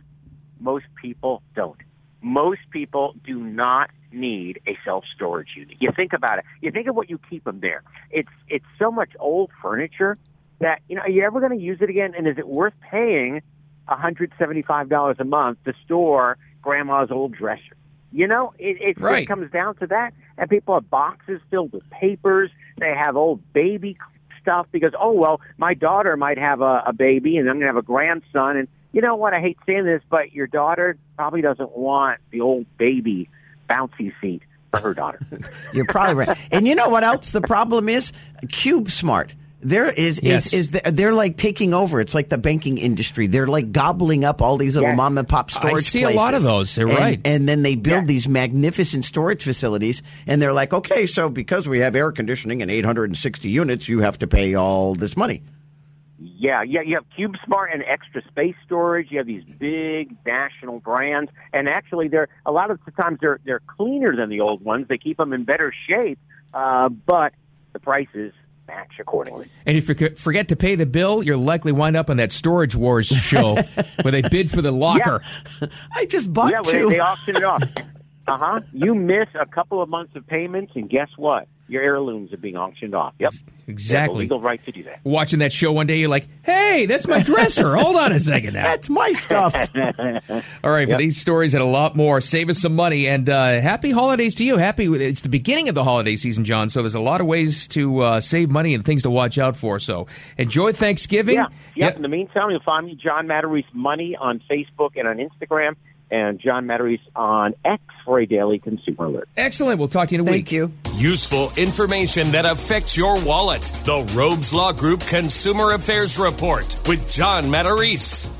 [SPEAKER 8] most people don't. Most people do not need a self storage unit. You think about it. You think of what you keep them there. It's it's so much old furniture that you know are you ever going to use it again? And is it worth paying hundred seventy five dollars a month to store grandma's old dresser? You know, it, it just
[SPEAKER 16] Right.
[SPEAKER 8] comes down to that. And people have boxes filled with papers. They have old baby stuff because oh well, my daughter might have a, a baby, and I'm going to have a grandson. And you know what? I hate saying this, but your daughter probably doesn't want the old baby bouncy seat for her daughter.
[SPEAKER 4] You're probably right. And you know what else the problem is? Cube Smart. There is is
[SPEAKER 8] Yes.
[SPEAKER 4] is the, they're like taking over. It's like the banking industry. They're like gobbling up all these little
[SPEAKER 3] Yes.
[SPEAKER 4] mom and pop
[SPEAKER 3] I
[SPEAKER 4] storage.
[SPEAKER 3] see a lot of
[SPEAKER 4] places.
[SPEAKER 3] those. You're
[SPEAKER 4] And-
[SPEAKER 3] right.
[SPEAKER 4] And then they build these magnificent storage facilities, and they're like, okay, so because we have air conditioning and 860 units, you have to pay all this money.
[SPEAKER 8] Yeah, yeah, you have CubeSmart and extra space storage. You have these big national brands, and actually, they're a lot of the times they're they're cleaner than the old ones. They keep them in better shape, uh, but the prices match accordingly.
[SPEAKER 3] And if you c- forget to pay the bill, you'll likely wind up on that Storage Wars show where they bid for the locker.
[SPEAKER 4] I just bought
[SPEAKER 8] yeah,
[SPEAKER 4] two.
[SPEAKER 8] They, they auction it off. uh huh. You miss a couple of months of payments, and guess what? Your heirlooms are being auctioned off. Yep,
[SPEAKER 3] Exactly.
[SPEAKER 8] They have a legal right to do that.
[SPEAKER 3] Watching that show one day, you're like, hey, that's my dresser. Hold on a second now.
[SPEAKER 4] That's my stuff.
[SPEAKER 3] All right, for
[SPEAKER 8] Yep.
[SPEAKER 3] these stories and a lot more, save us some money and uh, happy holidays to you. Happy it's the beginning of the holiday season, John. So there's a lot of ways to uh, save money and things to watch out for. So enjoy Thanksgiving.
[SPEAKER 8] Yeah. Yep. In the meantime, you'll find me John Matarese Money on Facebook and on Instagram, and John Matarese on X for a daily consumer alert.
[SPEAKER 3] Excellent. We'll talk to you in a week. Thank you.
[SPEAKER 1] Useful information that affects your wallet. The Robes Law Group Consumer Affairs Report with John Matarese.